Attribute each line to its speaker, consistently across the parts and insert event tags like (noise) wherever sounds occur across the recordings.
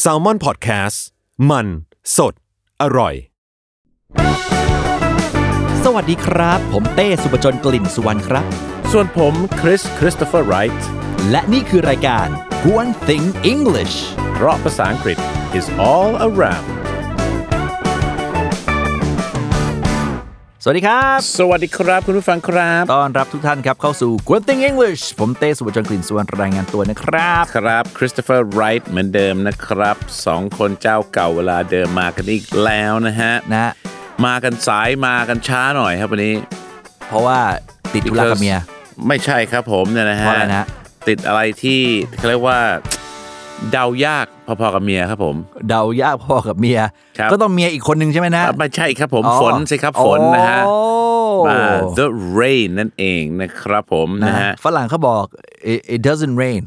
Speaker 1: แซลมอนพอดแคสต์มันสดอร่อย
Speaker 2: สวัสดีครับ ผมเต้สุปจนกลิ่นสุวรรณครับ
Speaker 3: ส่วนผม คริส คริสโตเฟอร์ไรท์
Speaker 2: และนี่คือรายการ One Thing English
Speaker 3: เพราะภาษาอังกฤษ is all around
Speaker 2: สวัสดีครับ
Speaker 3: สวัสดีครับ คุณผู้ฟังครับ
Speaker 2: ต้อนรับทุกท่านครับเข้าสู่ One Thing English ผมเต้สุปจนกลิ่นสุวรรณรายงานตัวนะครับ
Speaker 3: ครับ คริสโตเฟอร์ไรท์เหมือนเดิมนะครับสองคนเจ้าเก่าเวลาเดิมมากันอีกแล้วนะฮะ
Speaker 2: นะ
Speaker 3: มากันสายมากันช้าหน่อยครับวันนี้
Speaker 2: เพราะว่าติดธุระกับเมีย
Speaker 3: ไม่ใช่ครับผมเนี่ยนะฮะ
Speaker 2: เพราะอะไรนะ
Speaker 3: ติดอะไรที่เขาเรียกว่า เดายากพอๆกับเมียครับผม
Speaker 2: เดายากพอกับเมีย
Speaker 3: ครับ
Speaker 2: ก็ต้องเมียอีกคนนึงใช่ไหมนะ
Speaker 3: อ่ะไม่ใช่ครับผม
Speaker 2: อ๋อ
Speaker 3: ฝนสิครับฝนนะฮะ
Speaker 2: โอ้
Speaker 3: มา The Rain นั่นเองนะครับผมนะฮะ
Speaker 2: ฝรั่งเขาบอก it, it doesn't rain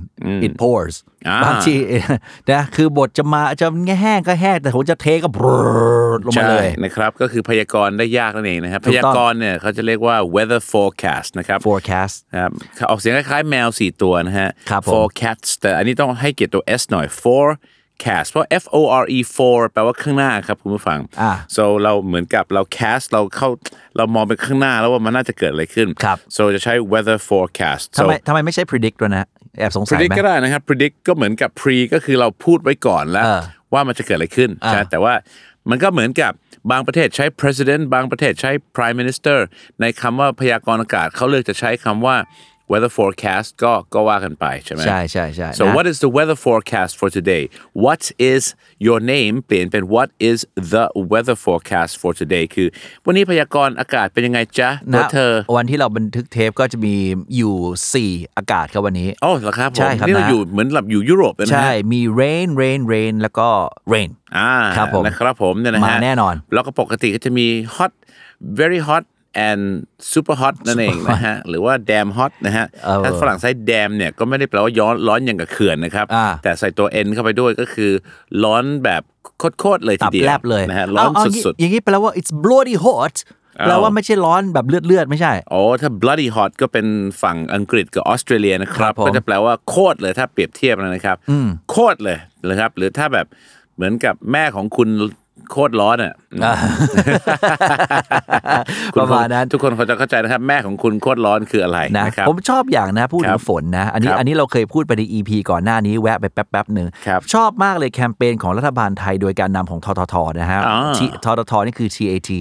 Speaker 2: it pours
Speaker 3: อ่า
Speaker 2: บางที (laughs) นะคือบทจะมาจะแห้งก็แห้ง แต่ผมจะเทก็ (laughs) บรดลงมาเลย
Speaker 3: ใช่นะครับก็คือพยากรณ์ได้ยากนั่นเองนะครับ
Speaker 2: ถูก
Speaker 3: พ
Speaker 2: ต้อง
Speaker 3: ยากรณ์เนี่ยเขาจะเรียกว่า weather forecast นะครับ
Speaker 2: forecast
Speaker 3: ครับออกเสียงคล้ายๆแมว 4 ตัวนะฮะ
Speaker 2: ครับผม
Speaker 3: forecast แต่อันนี้ต้องให้เกียรติตัว s หน่อย forecast เพราะ f o r e for แปลว่าข้างหน้าครับคุณผู้ฟัง
Speaker 2: อ่า
Speaker 3: so เราเหมือนกับเรา cast เราเข้าเรามองไปข้างหน้าแล้วว่ามันน่าจะเกิดอะไรขึ้น
Speaker 2: ครับ
Speaker 3: so จะใช้ weather forecast
Speaker 2: ทำ
Speaker 3: so
Speaker 2: ไมทำไมไม่ใช่ predict ด้วยนะ แอบสงสัย
Speaker 3: predict
Speaker 2: ไหม
Speaker 3: ก็ได้นะครับ predict ก็เหมือนกับ pre ก็คือเราพูดไว้ก่อนแล้ว
Speaker 2: เออ
Speaker 3: ว่ามันจะเกิดอะไรขึ้นใช่ไหมแต่ว่ามันก็เหมือนกับบางประเทศใช้ president บางประเทศใช้ prime minister ในคำว่าพยากรณ์อากาศเขาเลือกจะใช้คำว่า weather forecast ก็ก็ว่ากันไปใช่ไหม
Speaker 2: ใช่ใช่ใช่
Speaker 3: so
Speaker 2: นะ
Speaker 3: what is the weather forecast for today what is your name เปลี่ยนเป็น what is the weather forecast for today คือวันนี้พยากรณ์อากาศเป็นยังไงจ๊ะตัว
Speaker 2: นะ
Speaker 3: เธอ
Speaker 2: วันที่เราบันทึกเทปก็จะมีอยู่ 4 อากาศครับวันนี้
Speaker 3: อ๋อเหรอครับผม
Speaker 2: ใช่ครับ
Speaker 3: นี่เรา
Speaker 2: นะ
Speaker 3: อยู่เหมือนหลับอยู่ยุโรปเลยนะฮะ
Speaker 2: ใช่มี rain rain rain แล้วก็ rain
Speaker 3: อ่า
Speaker 2: ครับผม
Speaker 3: นะครับผมเนี่ยนะฮะ
Speaker 2: มาแน่นอน
Speaker 3: แล้วก็ปกติก็จะมี hot very hot and super hot นั่นเองนะฮะ หรือว่า damn hot นะฮะ ถ้าฝรั่งใช้ damn เนี่ยก็ไม่ได้แปลว่าย้อนร้อนอย่างกับเขื่อนนะครับ
Speaker 2: อ่า
Speaker 3: แต่ใส่ตัว n เข้าไปด้วยก็คือ ร้อนแบบโคตรๆเลยที
Speaker 2: ตับ
Speaker 3: เดียว
Speaker 2: แลบเลย
Speaker 3: นะฮะร้อน
Speaker 2: เาเา
Speaker 3: สุด
Speaker 2: อย่างนี้แปลว่า it's bloody hot แปลว่าไม่ใช่ร้อนแบบเลือดเลือดๆไม่ใช่
Speaker 3: ๆ อ๋อ ถ้า bloody hot ก็เป็นฝั่งอังกฤษกับออสเตรเลียนะครับ
Speaker 2: ครับผม
Speaker 3: ก็จะแปลว่าโคตรเลยถ้าเปรียบเทียบนะครับโคตรเลยนะครับ หรือถ้าแบบเหมือนกับแม่ของคุณโคตรร้อนอ่ะ
Speaker 2: ป
Speaker 3: คุณ
Speaker 2: ระมาณนั้น
Speaker 3: ทุกคนเขาจะเข้าใจนะครับ แม่ของคุณโคตรร้อนคืออะไร
Speaker 2: นะ
Speaker 3: นะครับ
Speaker 2: ผมชอบอย่างนะพูด
Speaker 3: ค
Speaker 2: ถึ
Speaker 3: รับ
Speaker 2: งฝนนะ อันนี้
Speaker 3: ครับ
Speaker 2: อันนี้เราเคยพูดไปใน EP ก่อนหน้านี้แวะไปแป๊บๆหนึ่ง
Speaker 3: ครับ
Speaker 2: ชอบมากเลยแคมเปญของรัฐบาลไทยโดยการนำของทททนะฮะ
Speaker 3: อ่า
Speaker 2: ที่ทททนี่คือ TAT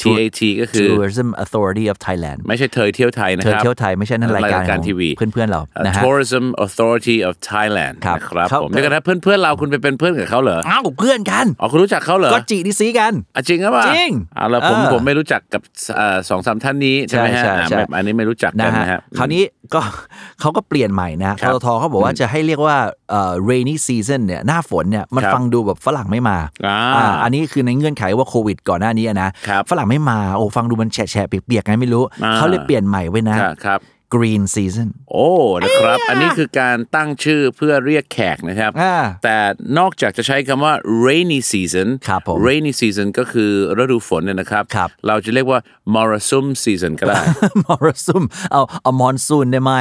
Speaker 3: TAT ก็คือ
Speaker 2: Tourism Authority of Thailand
Speaker 3: ไม่ใช่เธอเที่ยวไทยนะ
Speaker 2: เธอ
Speaker 3: ครับ
Speaker 2: เที่ยวไทยไม่ใช่นั่นรายการ
Speaker 3: รายการ
Speaker 2: ของ
Speaker 3: ทีวี
Speaker 2: เพื่อนๆเรา
Speaker 3: อ่อ
Speaker 2: นะฮะ
Speaker 3: Tourism Authority of Thailand
Speaker 2: ครับ
Speaker 3: นะครับ
Speaker 2: เขา
Speaker 3: ผมเดี๋ยวกันนะเพื่อนเพื่อนๆเราคุณไปเป็นเพื่อนกับเขาเหรอ
Speaker 2: อ้าวเพื่อนกัน
Speaker 3: อ๋อคุณรู้จักเขาเหรอ
Speaker 2: ก็จีดีซีกัน
Speaker 3: อ่ะจริงหรือเปล่า
Speaker 2: จริง
Speaker 3: เอาละผม
Speaker 2: เออ
Speaker 3: ผมไม่รู้จักกับเอ่อสองสามท่านนี้ใช่ไหมฮะ
Speaker 2: ใช่ใช่
Speaker 3: อ่ะ
Speaker 2: ใช่
Speaker 3: แบบอันนี้ไม่รู้จักกันนะฮะ
Speaker 2: คราวนี้ก็ (laughs) เขาก็เปลี่ยนใหม่นะ
Speaker 3: ค
Speaker 2: ท
Speaker 3: รับ
Speaker 2: ททเขาบอกว่าจะให้เรียกว่าเอ่อ rainy season เนี่ยหน้าฝนเนี่ยมัน
Speaker 3: ครับ
Speaker 2: ฟังดูแบบฝรั่งไม่มา
Speaker 3: อ่า
Speaker 2: อ่าอันนี้คือในเงื่อนไขว่าโควิดก่อนหน้านี้อะนะครับฝรั่งไม่มาโอ้ฟังดูมันแฉะแฉะเปียกๆไงไม่รู้
Speaker 3: อ่า
Speaker 2: เขาเลยเปลี่ยนใหม่ไว้นะ
Speaker 3: ครับครับ
Speaker 2: green season
Speaker 3: โอ้นะครับ อันนี้คือการตั้งชื่อเพื่อเรียกแขกนะครับ
Speaker 2: อ่า (laughs)
Speaker 3: แต่นอกจากจะใช้คำว่า rainy season
Speaker 2: ครับผม
Speaker 3: rainy season ก็คือฤดูฝนเนี่ยนะครับ
Speaker 2: ครับ
Speaker 3: เราจะเรียกว่า morassum season ก็ได้
Speaker 2: มรสุมเอาเอามอนซูนได้ไหม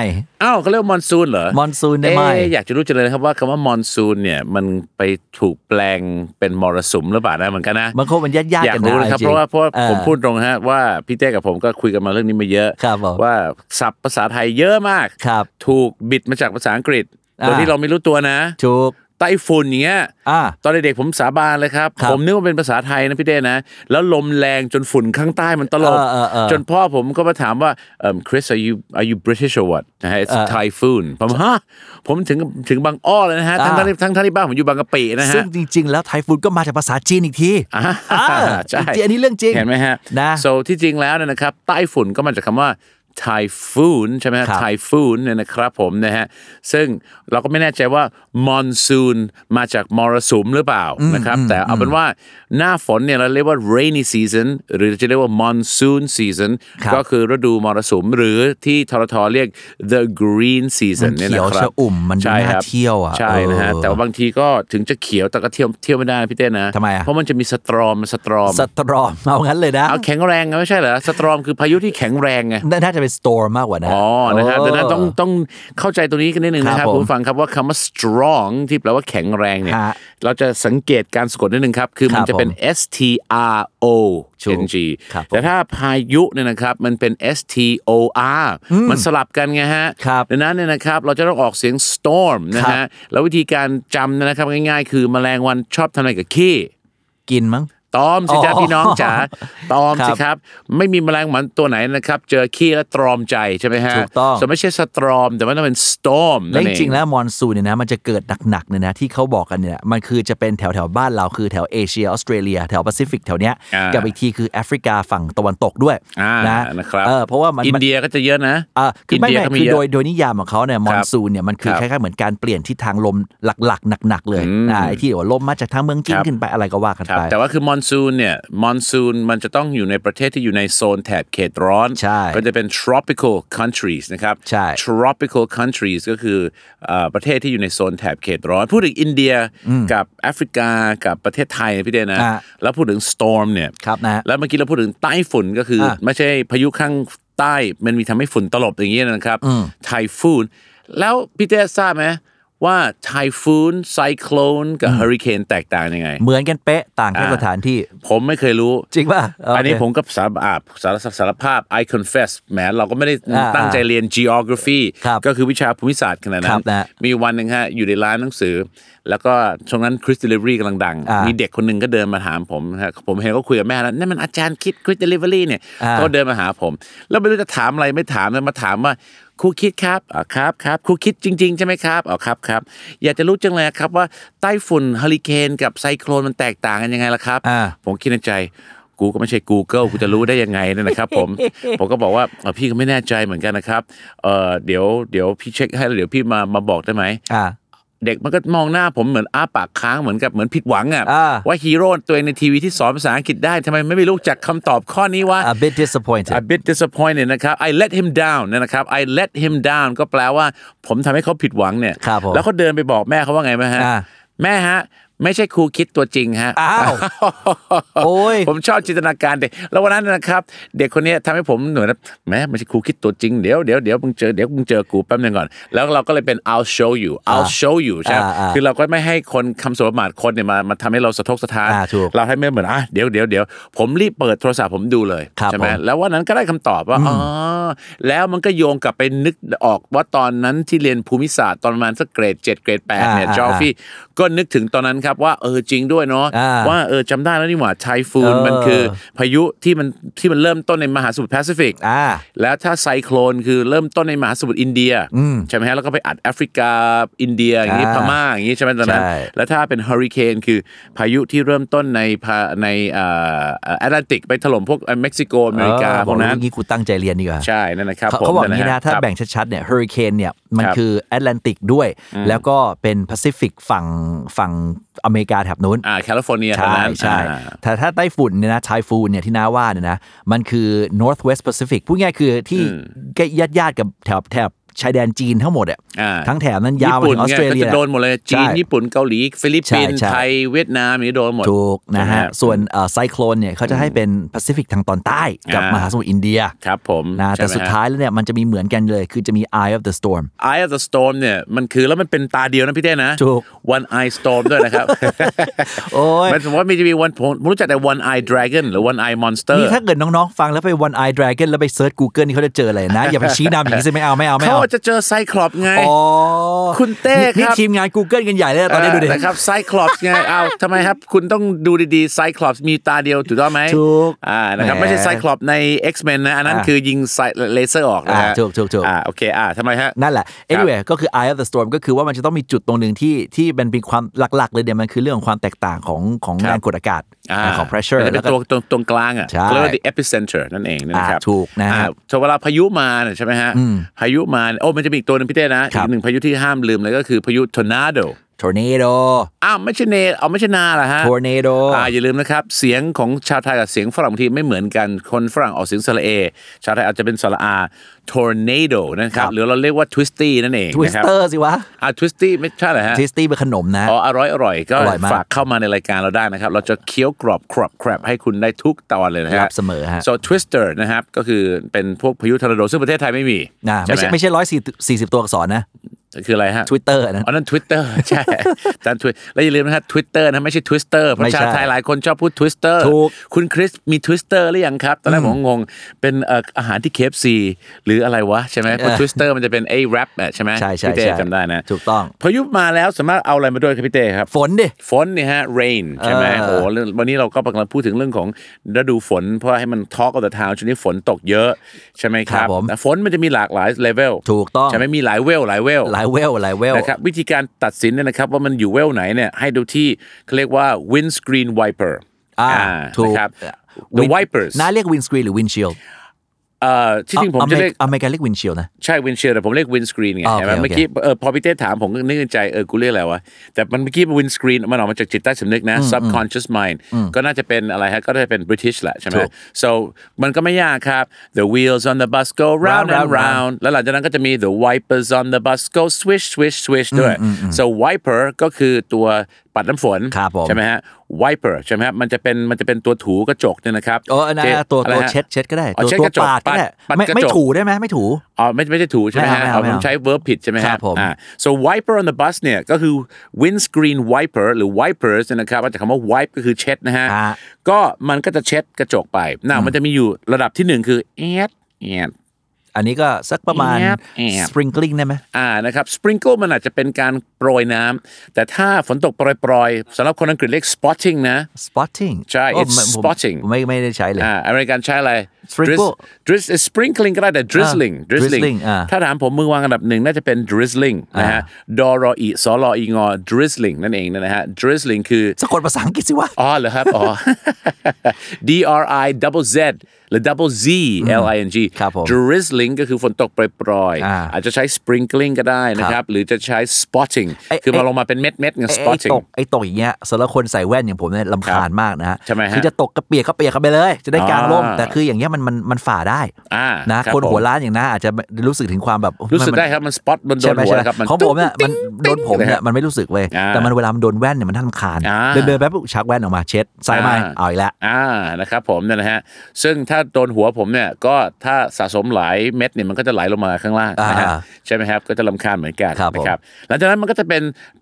Speaker 3: อ้าวเขาเรียกว่ามอนซูนเหรอ
Speaker 2: monsoon ได้ไหม
Speaker 3: เอ๊ะอยากจะรู้จังเลยนะครับว่าคำว่ามอนซูนเนี่ย มันไปถูกแปลงเป็นมรสุมหรือเปล่านะเหมือนกันนะ
Speaker 2: บางคนมันญาติญาติ
Speaker 3: อยา
Speaker 2: กั
Speaker 3: ก
Speaker 2: น
Speaker 3: รู้นะครับ
Speaker 2: จง
Speaker 3: เพราะว่าเพราะว่า
Speaker 2: ออ
Speaker 3: ผมพูดตรงฮะว่าพี่เต้กับผมก็คุยกันมาเรื่องนี้มาเยอะ
Speaker 2: ครับผม
Speaker 3: ว่าศัพท์ภาษาไทยเยอะมาก
Speaker 2: ครับ
Speaker 3: ถูกบิดมาจากภาษาอังกฤษโดย
Speaker 2: อ่า
Speaker 3: ที่เราไม่รู้ตัวนะ
Speaker 2: ถูก
Speaker 3: ไต้ฝุ่นอย่างเงี้ย
Speaker 2: อ่า
Speaker 3: ตอนเด็กๆผมสาบานเลยครับ
Speaker 2: ครับ
Speaker 3: ผมนึกว่าเป็นภาษาไทยนะพี่เต้นะ แล้วลมแรงจนฝุ่นข้างใต้มันตลบ
Speaker 2: เออเออเออ
Speaker 3: จนพ่อผมก็มาถามว่าเอิ่ม Chris are you are you British or what นะฮะ it's
Speaker 2: เออ
Speaker 3: typhoon ผมฮะผมถึงถึงบางอ้อเลยนะฮะ ทั้ง
Speaker 2: อ่า
Speaker 3: ที่ทั้งที่บ้านผมอยู่บางกะปินะฮะ
Speaker 2: ซึ่งจริง ๆ แล้วไทฟุนก็มาจากภาษาจีนอีกที
Speaker 3: อ่า
Speaker 2: อ่า
Speaker 3: ใช่
Speaker 2: จริงๆอันนี้เรื่องจริง
Speaker 3: เห็นไหมฮะ
Speaker 2: นะ
Speaker 3: so ที่จริงแล้วเนี่ยนะครับไต้ฝุ่นก็มาจากคำว่าไทฟูนใช่ไหมฮะ
Speaker 2: ครับ
Speaker 3: ไทฟูนเนี่ยนะครับผมนะฮะซึ่งเราก็ไม่แน่ใจว่ามอนซูนมาจากมรสุมหรือเปล่านะครับ แต่เอาเป็นว่าหน้าฝนเนี่ยเราเรียกว่า rainy season หรือจะเรียกว่า monsoon season ก็คือฤดูมรสุมหรือที่ทรทเรียก the green season เนี่ยนะค
Speaker 2: มันเขี
Speaker 3: รั
Speaker 2: ยว
Speaker 3: บ
Speaker 2: ชะอุ่มมันดู
Speaker 3: ใช่
Speaker 2: น่า
Speaker 3: ครับ
Speaker 2: เที่ยวอะ
Speaker 3: ใช่นะฮะ
Speaker 2: เออ
Speaker 3: แต่ว่าบางทีก็ถึงจะเขียวแต่ก็เที่ยวเที่ยวไม่ได้นะพี่เต้นะ
Speaker 2: ทำไมอะ
Speaker 3: เพราะมันจะมีสตรอมสตรอม
Speaker 2: สตรอมเอางั้นเลยนะ
Speaker 3: เอาแข็งแรงไงไม่ใช่เหรอ สตรอมคือพายุที่แข็งแรงไง
Speaker 2: น่าจะ จะเป็น storm มากกว่านะ
Speaker 3: อ๋อ นะฮะ
Speaker 2: เ
Speaker 3: ดังนั้นต้องต้องเข้าใจตรงนี้กันนิดนึงนะค
Speaker 2: ครั
Speaker 3: รับบ
Speaker 2: ผม
Speaker 3: คุณผู้ฟังครับว่าคำว่า strong ที่แปลว่าแข็งแรงเนี่ย
Speaker 2: ฮะ
Speaker 3: เราจะสังเกตการสะกดนิดนึงครับ คือมั
Speaker 2: ค
Speaker 3: น
Speaker 2: รับ
Speaker 3: จะเป็น S T R O
Speaker 2: ถู
Speaker 3: N
Speaker 2: ก
Speaker 3: G
Speaker 2: ครับผม
Speaker 3: แต่ถ้าพายุเนี่ยนะครับมันเป็น S T O R มันสลับกันไงฮะ
Speaker 2: ครับ
Speaker 3: ดังนั้นเนี่ยนะครับเราจะต้องออกเสียง storm นะ
Speaker 2: ครั
Speaker 3: ฮะ
Speaker 2: บ
Speaker 3: แล้ววิธีการจำนะครับง่ายๆ คือแมลงวันชอบทำอะไรกับขี้
Speaker 2: กินมั้ง
Speaker 3: ตอมสิจ้า
Speaker 2: อ๋อ
Speaker 3: พี่น้องจ๋าตอม
Speaker 2: ครับ
Speaker 3: สิครับ ไม่มีแมลงหมันตัวไหนนะครับ เจอขี้แล้วตรอมใจใช่ไหมฮะ
Speaker 2: ถูกต้อง
Speaker 3: ส่วนไม่ใช่สตรอม แต่ว่าต้องเป็นสตอม
Speaker 2: และจริงๆแล้วมอนซูนเนี่ยนะมันจะเกิดหนักๆเนี่ยนะที่เขาบอกกันเนี่ยมันคือจะเป็นแถวแถวๆบ้านเราคือแถวเอเชียออสเตรเลียแถวแปซิฟิกแถวเนี้ย
Speaker 3: ากั
Speaker 2: กับอีกทีคือแอฟริกาฝั่งตะวันตกด้วย
Speaker 3: อ่าน
Speaker 2: นะ
Speaker 3: นะครับ
Speaker 2: เออเพราะว่ามัน
Speaker 3: อิน
Speaker 2: มัน
Speaker 3: เดียก็จะเยอะนะ
Speaker 2: เออคือไม่
Speaker 3: เดีย
Speaker 2: ไม่
Speaker 3: ก็มี
Speaker 2: คือ
Speaker 3: เย
Speaker 2: โดย
Speaker 3: อะ
Speaker 2: โดยนิยามของเขาเนี่ยมอนซูนเนี่ยมันคือ
Speaker 3: ครับ
Speaker 2: คล้ายๆเหมือนการเปลี่ยนทิศทางลมหลักๆหนักๆเลยนะไอ้ที่ว่าลมมาจากทางเมืองจี
Speaker 3: คน รับ
Speaker 2: ขึ้นไปอะไรก็ว่ากัน
Speaker 3: ครับ
Speaker 2: ไป
Speaker 3: แต่ว่าคือมอนซูนเนี่ยมอนซูนมันจะต้องอยู่ในประเทศที่อยู่ในโซนแถบเขตร้อน
Speaker 2: ใช่
Speaker 3: ก็จะเป็น tropical countries นะครับ
Speaker 2: ใช่
Speaker 3: tropical countries ก็คือเอ่อประเทศที่อยู่ในโซนแถบเขตร้อน พูดถึงอินเดียกับแอฟริกากับประเทศไทยนะพี่เดชนะ
Speaker 2: อ่ะ
Speaker 3: แล้วพูดถึง storm เนี่ย
Speaker 2: ครับนะ
Speaker 3: แล้วเมื่อกี้เราพูดถึงไต้ฝุ่นก็คืออะไม่ใช่พายุข้างใต้มันมีทำให้ฝุ่นตลบอย่างนี้ยนะครับไทฟูนแล้วพี่เต้ทราบไหมว่าไทฟูนไซโคลนกับเฮอริเคนแตกต่างยังไง
Speaker 2: เหมือนกันเป๊ะต่างแค่
Speaker 3: อ่า
Speaker 2: สถานที่
Speaker 3: ผมไม่เคยรู้
Speaker 2: จริงป่ะเโเค
Speaker 3: อันนี้ผมก็สารอาบสารสารภาพ I confess แหมเราก็ไม่ได้
Speaker 2: อ่า
Speaker 3: ตั้งใจเรียน geography
Speaker 2: ครับ
Speaker 3: ก็คือวิชาภูมิศาสตร์ขนาด
Speaker 2: ค
Speaker 3: นั้
Speaker 2: รั
Speaker 3: น
Speaker 2: บนะ
Speaker 3: มีวันหนึ่งฮะ อยู่ในร้านหนังสือ แล้วก็ช่วงนั้นคริส s ิ e ล i ว e รี่กำลังดัง
Speaker 2: อ่ามี
Speaker 3: มีเด็กคนหนึ่งก็เดินมาถามผมฮะผมเห็นเขาคุยกับแม่แล้ว นั่นมันอาจารย์คิดคริส s ิ e ล i ว e รี่เนี่ย
Speaker 2: อ่า
Speaker 3: เขาเดินมาหาผม แล้วไม่รู้จะถามอะไรไม่ถามแล้วมาถามว่าครูคิดครับอ๋อครับครับครูคิดจริง ๆ ใช่ไหมครับอ๋อครับครับอยากจะรู้จังเลยครับว่าไต้ฝุ่นเฮอริเคนกับไซโคลนมันแตกต่างกันยังไงล่ะครับ
Speaker 2: อ่า
Speaker 3: ผมคิดในใจกูก็ไม่ใช่ Google กูจะรู้ได้ยังไงเนี่ยนะครับ
Speaker 2: (laughs)
Speaker 3: ผม ผมก็บอกว่าเอ่อพี่ก็ไม่แน่ใจเหมือนกันนะครับเออเดี๋ยวเดี๋ยวพี่เช็คให้แล้วเดี๋ยวพี่มามาบอกได้ไหม
Speaker 2: อ่า
Speaker 3: เด็กมันก็มองหน้าผมเหมือนอ้าปากค้างเหมือนกับเหมือนผิดหวังอ่ะ
Speaker 2: อ่า
Speaker 3: ว่าฮีโร่ตัวเองในทีวีที่สอนภาษาอังกฤษได้ทำไมไม่ไปรู้จักคำตอบข้อนี้วะ
Speaker 2: a bit disappointed
Speaker 3: a bit disappointed นะครับ I let him down เนยนะครับ I let him down ก็แปลว่าผมทำให้เขาผิดหวังเนี่ย
Speaker 2: ครับผม
Speaker 3: แล้วเขาเดินไปบอกแม่เขาว่าไงไหมฮะ
Speaker 2: อ่า
Speaker 3: แม่ฮะ ไม่ใช่ครูคิดตัวจริงฮะ
Speaker 2: อ้าว โอ้ย
Speaker 3: ผมชอบจินตนาการเด็ก แล้ววันนั้นนะครับ เด็กคนเนี้ยทำให้ผมเหมือนแบบแหมไม่ใช่ครูคิดตัวจริง เดี๋ยวเดี๋ยวเดี๋ยวมึงเจอเดี๋ยวมึงเจอกูแป๊บนึงก่อน แล้วเราก็เลยเป็น I'll show you I'll
Speaker 2: อ่า
Speaker 3: show you ใช่ไหม
Speaker 2: อ่าอ่า
Speaker 3: คือเราก็ไม่ให้คนคำสมประมาทคนเนี่ยมามาทำให้เราสะทกสะท้าน
Speaker 2: อ่าถูก
Speaker 3: เราให้ไม่เหมือนอ่ะเดี๋ยวเดี๋ยวเดี๋ยวผมรีบเปิดโทรศัพท์ผมดูเลย
Speaker 2: ครับ
Speaker 3: ใช่ไหม
Speaker 2: ผม
Speaker 3: แล้ววันนั้นก็ได้คำตอบว่าอ๋อแล้วมันก็โยงกลับไปนึกออกว่าตอนนั้นที่เรียนภูมิศาสตร์ตอนประมาณสักเกรดเจ็ดเกรดแปดเนี่ย
Speaker 2: อ่าอ่า
Speaker 3: จอฟี่ ก็นึกถึงตอนนั้นครับว่าเออจริงด้วยเนาะ
Speaker 2: อ่า
Speaker 3: ว่าเออจำได้แล้วนี่หว่าไทฟูนมันคือ พายุที่มันที่มันเริ่มต้นในมหาสมุทรแปซิฟิก
Speaker 2: อ่า
Speaker 3: แล้วถ้าไซโคลนคือเริ่มต้นในมหาสมุทรอินเดียใช่ไหมฮะแล้วก็ไปอัดแอฟริกาอินเดียอย่างนี้
Speaker 2: อ่า
Speaker 3: พม่าอย่างนี้ใช่ไหมตอนนั้น
Speaker 2: ใช่
Speaker 3: แล้วถ้าเป็นเฮอริเคนคือพายุที่เริ่มต้นในพาในเอ่อแอตแลนติกไปถล่มพวกเม็กซิโกอเมริกา
Speaker 2: เออ
Speaker 3: พวกนั้น
Speaker 2: บองี้กูตั้งใจเรียนดีกว่า
Speaker 3: ใช่นั่นนะครับ
Speaker 2: เขา
Speaker 3: ผม
Speaker 2: เขาบอกอย่างนี้
Speaker 3: ฮ
Speaker 2: นะ ถ้า
Speaker 3: ครับ
Speaker 2: แบ่งชัดๆเนี่ยเฮอริเคนเนี่ยมัน
Speaker 3: ครับ
Speaker 2: คือแอตแลนติกด้วย แล้วก็เป็นแปซิฟิกฝั่งฝั่งอเมริกาแถบนู้น
Speaker 3: ่าแคลิฟอร์เนียตอ
Speaker 2: ใช่
Speaker 3: นนั้น
Speaker 2: ใช่
Speaker 3: อ่า
Speaker 2: แต่ถ้าไต้ฝุ่นเนี่ยนะไทฟูนเนี่ยที่น้าว่าเนี่ยนะ มันคือ northwest pacific พูดง่ายๆคือที่ใกล้ญาติญาติๆกับแถบแถบชายแดนจีนทั้งหมดอ่ะ
Speaker 3: อ่า
Speaker 2: ทั้งแถบนั้นยาวมาถึงออสเตรเลีย
Speaker 3: ญี่ปุ่นนี่ก็จะโดนหมดเลยจีน
Speaker 2: ใช่
Speaker 3: ญี่ปุ่นเกาหลีฟิลิปปินส์
Speaker 2: ใช่ใช่
Speaker 3: ไทยเวียดนามนี่โดนหมด
Speaker 2: ถูกนะ
Speaker 3: นะ
Speaker 2: ฮะ
Speaker 3: ฮะ
Speaker 2: ส่วนไซโคลนเนี่ยเขาจะให้เป็นแปซิฟิกทางตอนใต้กับ
Speaker 3: อ่าม
Speaker 2: มหาสมุทรอินเดีย
Speaker 3: ครับผม
Speaker 2: นะแต่
Speaker 3: ใช่ไหม
Speaker 2: สุด
Speaker 3: ฮะ
Speaker 2: ท้ายแล้วเนี่ยมันจะมีเหมือนกันเลย คือจะมี Eye of the Storm
Speaker 3: Eye of the Storm เนี่ยมันคือแล้วมันเป็นตาเดียวนะพี่เต้นะ
Speaker 2: ถูก
Speaker 3: One Eye Storm ด้วยนะครับ
Speaker 2: โอ้ย
Speaker 3: มันสมมติว่ามีจะมี one ผมผมรู้จักแต่ One Eye Dragon หรือ One Eye Monster
Speaker 2: นี่ถ้าเกิดน้องๆ ฟังแล้วไป One Eye Dragon แล้วไปเซิร์ช Google นี่เขาจะเจออะไร
Speaker 3: (laughs)
Speaker 2: นะ อย่าไปชี้นำอย่างนี้สิไม่เอาไม่เอาไม่
Speaker 3: เขา
Speaker 2: เอา
Speaker 3: อาจจะเจอไซคลอปไง
Speaker 2: อ๋อ
Speaker 3: คุณเต้ครับ
Speaker 2: นี่ทีมงาน Google กันใหญ่เลยนะตอนนี้ดูดิ
Speaker 3: เนะครับไซคลอป
Speaker 2: (laughs)
Speaker 3: ไงเอาทำไมครับ คุณต้องดูดีๆไซคลอปมีตาเดียวถูกต้องไหม
Speaker 2: ถูก
Speaker 3: อ่านะครับ
Speaker 2: แหม
Speaker 3: ไม่ใช่ไซคลอปใน X-Men นะ อันนั้น
Speaker 2: อ่า
Speaker 3: คือยิงไซเลเซอร์ออกนะฮะ
Speaker 2: อ่าถูกถูกถูก
Speaker 3: อ่าโอเคอ่าทำไมฮะ
Speaker 2: นั่นแหละ anyway ก็คือ Eye of the Storm ก็คือว่ามันจะต้องมีจุดตรงหนึ่งที่ที่มันเป็นความหลักๆ เลยเนี่ยมันคือเรื่องของความแตกต่างของของ
Speaker 3: ครับ
Speaker 2: แรงกดอากาศ
Speaker 3: อ่า
Speaker 2: ของ pressure
Speaker 3: มันจะเป็
Speaker 2: แล้ว
Speaker 3: น
Speaker 2: ก็
Speaker 3: ตัวตรงตรงกลางอ่ะ
Speaker 2: ใช่
Speaker 3: เขาเรียกว่า the epicenter นั่นเองนะครับ
Speaker 2: อ่าถูกนะฮะ
Speaker 3: อ่าถ้าเวลาพายุมาเนี่ยใช่ไหมฮะ พายุมาเนี่ยโอ้มันจะมีอีกตัวหนึงพี่เต้นะ
Speaker 2: ครั
Speaker 3: อี
Speaker 2: บ
Speaker 3: กหนึ่งพายุที่ห้ามลืมเลยก็คือพายุทอร์นาโด
Speaker 2: tornado
Speaker 3: อ้าวไม่ใช่เนเอาไม่ใช่นาเหรอฮะ
Speaker 2: tornado
Speaker 3: อ่าอย่าลืมนะครับ เสียงของชาวไทยกับเสียงฝรั่งบางทีไม่เหมือนกันคนฝรั่งออกเสียงสระเอ ชาวไทยอาจจะเป็นสระอา tornado นะครับ หรือเราเรียกว่า twisty นั่นเองนะครับ
Speaker 2: twister สิวะ
Speaker 3: อ่า twisty ไม่ใช่เหรอฮะ
Speaker 2: twisty เป็นขนมนะ
Speaker 3: อ๋ออร่อยอร่อยก็
Speaker 2: อร่อยมาก
Speaker 3: ฝากเข้ามาในรายการเราได้นะครับ เราจะเคี้ยวกรอบกรอบแครบให้คุณได้ทุกตอนเลยนะ
Speaker 2: ครั
Speaker 3: ฮะ
Speaker 2: บเสมอฮะ
Speaker 3: so twister นะครับก็คือเป็นพวกพายุทอร์นาโดซึ่งประเทศไทยไม่มี
Speaker 2: นะไม่ใช่
Speaker 3: ห
Speaker 2: ไม่ใช่ร้อยสี่สิบตัวอักษรนะ
Speaker 3: คืออะไรฮะ
Speaker 2: Twitter อันนั้น
Speaker 3: อ๋อนั่น Twitter (laughs) ใช่อาจารย์ Twitter แล้วอย่าลืมนะครับ Twitter นะไม่ใช่ Twister เพ
Speaker 2: ไม่
Speaker 3: ราะ
Speaker 2: ใช่
Speaker 3: ชาวไทยหลายคนชอบพูด Twister
Speaker 2: ถูก
Speaker 3: คุณคริสมี Twister หรือยังครับ ตอนแรกผมก็งงเป็นเอ่ออาหารที่ KFC หรืออะไรวะ ใช่ไหมเพราะ Twister มันจะเป็นไอ้ wrap อะใช่ไหม
Speaker 2: ใช่ใช่
Speaker 3: พี่เต้
Speaker 2: ใช่
Speaker 3: จำได้นะ
Speaker 2: ถูกต้อง
Speaker 3: พายุมาแล้วสามารถเอาอะไรมาด้วยครับพี่เต้ครับ
Speaker 2: ฝนดิ
Speaker 3: ฝนเนี่ยฮะ rain ใช่ไหม
Speaker 2: เออ
Speaker 3: โอ้เรื่องวันนี้เราก็กำลังพูดถึงเรื่องของฤดูฝน เพราะให้มันทอกกับทาวช่วงนี้ฝนตกเยอะใช่ไหมค
Speaker 2: ครั
Speaker 3: รับบ
Speaker 2: ผม
Speaker 3: แต่ฝนมันจะมีหลากหลายเลเวล
Speaker 2: ถูกต้อง
Speaker 3: ใช่ไหมมีหลายเวลหลายเวล
Speaker 2: หลายเวลหลายเวล
Speaker 3: นะครับวิธีการตัดสินเนี่ยนะครับว่ามันอยู่เวลไหนเนี่ยให้ดูที่เขาเรียกว่า windscreen wiper
Speaker 2: อ่าถูก
Speaker 3: นะครับ
Speaker 2: เอ่อ
Speaker 3: the
Speaker 2: วิน
Speaker 3: wipers
Speaker 2: น้าเรียกวินสกรีนหรือวินชิล
Speaker 3: เอ่อที่จริงผมจะเรียก
Speaker 2: อเมริกันเรียกวินชิลนะ
Speaker 3: ใช่วินเชียร์แต่ผมเรียกวินสกรีนไง
Speaker 2: อ่า
Speaker 3: ใช่ไหม
Speaker 2: โอเค
Speaker 3: เมื่อกี้เออพอพี่เต้ถามผมก็นึกในใจเออกูเรียกอะไรวะ แต่มันเมื่อกี้วินสกรีนมันออกมาจากจิตใต้สำนึกนะ subconscious mind ก็น่าจะเป็นอะไรฮะ ก็น่าจะเป็น British แหละใช่ไหม
Speaker 2: ถูก
Speaker 3: so มันก็ไม่ยากครับ the wheels on the bus go round
Speaker 2: Round,
Speaker 3: and
Speaker 2: round,
Speaker 3: round แล้วหลังจากนั้นก็จะมี the wipers on the bus go swish swish swish ด้วย so wiper ก็คือตัวปัดน้ำฝน
Speaker 2: ครับผม
Speaker 3: ใช่ไหมฮะ wiper ใช่ไหมฮะมันจะเป็นมันจะเป็นตัวถูกระจกเนี่ยนะครับ
Speaker 2: โอ้อันนั้น
Speaker 3: จ๊
Speaker 2: ตัว
Speaker 3: อะไร
Speaker 2: ตัว
Speaker 3: ฮะ
Speaker 2: เช็ดเช็ดก็ได้
Speaker 3: อ๋อ
Speaker 2: ตัว
Speaker 3: เช็ด
Speaker 2: ตัว
Speaker 3: กระจก
Speaker 2: ปาดก็ได้
Speaker 3: ปัด
Speaker 2: ไม่
Speaker 3: กระ
Speaker 2: ไม่
Speaker 3: จก
Speaker 2: ถูได้ไหมไม่ถู
Speaker 3: อ๋อไม่ไม่ใช่ถูใช่ไหมฮะ
Speaker 2: ไม่เอาไม่เอาไม่เอา
Speaker 3: ผมใช้ verb ผิดใช่ไหมฮะ
Speaker 2: ครับผม
Speaker 3: อ่า so wiper on the bus เนี่ยก็คือ windscreen wiper หรือ wipers เนี่ยนะครับมาจากคำว่า wipe ก็คือเช็ดนะฮะ
Speaker 2: ฮะ
Speaker 3: ก็มันก็จะเช็ดกระจกไปน่ามันจะมีอยู่ระดับที่หนึ่งคือเอียดเอียด
Speaker 2: อันนี้ก็สักประมาณ
Speaker 3: แอบแอบ
Speaker 2: สปริงกลิงได้ไหม
Speaker 3: อ่านะครับสปริงเกิลมันอาจจะเป็นการโปรยน้ำแต่ถ้าฝนตกโปรยๆสำหรับคนอังกฤษเรียก spotting นะ
Speaker 2: spotting
Speaker 3: ใช่
Speaker 2: โอ้
Speaker 3: it's
Speaker 2: ไม่ผม
Speaker 3: spotting
Speaker 2: ไม่ไม่ได้ใช้เลย
Speaker 3: อ่าอเมริกันใช้อะไร
Speaker 2: Sprinkle
Speaker 3: Driz- Driz- sprinkling ก็ได้แต่ drizzling
Speaker 2: อ่า
Speaker 3: drizzling
Speaker 2: drizzling อ่า
Speaker 3: ถ้าถามผมมือวางอันดับหนึ่งน่าจะเป็น drizzling นะฮะดอรออีสอรออีงอ drizzling นั่นเองนะฮะ drizzling
Speaker 2: (laughs)
Speaker 3: คือ
Speaker 2: สะกดภาษาอังกฤษสิวะ
Speaker 3: อ๋อเหรอครับ อ๋อ (laughs) D R I double Z หรือ double Z L I N G
Speaker 2: ครับผม
Speaker 3: drizzling ก็คือฝนตกปรย
Speaker 2: อ่า
Speaker 3: ๆอาจจะใช้ sprinkling ก็ได้นะครับ หรือจะใช้ spotting
Speaker 2: ไอ้
Speaker 3: คือ
Speaker 2: ไอ้
Speaker 3: มาลงมาเป็นเม็ดเม็ดๆไง
Speaker 2: ไอ้ไอ้
Speaker 3: spotting
Speaker 2: ตกไอ้ตกอย่างเงี้ยสำหรับคนใส่แว่นอย่างผมเนี่ยลำคาญมากนะฮะ
Speaker 3: ใช่ไหมฮะ
Speaker 2: คือจะตกกระเปียกก็เปียกกันไปเลย จะได้กางร่ม
Speaker 3: อ่า
Speaker 2: แต่คืออย่างเงี้ยมันมันมันฝ่าได้
Speaker 3: อ่า
Speaker 2: นะครับ คน
Speaker 3: ผม
Speaker 2: หัวล้านอย่างน้าอาจจะไม่รู้สึกถึงความแบบ
Speaker 3: รู้สึก
Speaker 2: มัน
Speaker 3: ได้ครับมัน spot บนโด
Speaker 2: ใช่
Speaker 3: น
Speaker 2: ไหม
Speaker 3: หัว
Speaker 2: ใช่ไหม
Speaker 3: นะครับ
Speaker 2: ของผมเนี่ยมัน
Speaker 3: ติ๊ง
Speaker 2: โดนผม
Speaker 3: ติ๊ง
Speaker 2: เนี่ยมันไม่รู้สึกเว้ย
Speaker 3: อ่า
Speaker 2: แต่มันเวลามันโดนแว่นเนี่ยมันน่ารำคาญ
Speaker 3: อ่า
Speaker 2: เดินเดินแป๊บปุ๊บชักแว่นออกมาเช็ดใส่ไหมเอาอีกแล้ว
Speaker 3: อ่านะครับผมเนี่ยนะฮะซึ่งถ้าโดนหัวผมเนี่ยก็ถ้าสะสมหลายเม็ดเนี่ยมันก็จะไหลลงมาข้างล่างนะฮะ
Speaker 2: อ่า
Speaker 3: ใช่ไหมครับก็จะลำคาญเหมือนกัน
Speaker 2: ครับผม
Speaker 3: นะครับหลังจากนั้นมันก็จะเป็น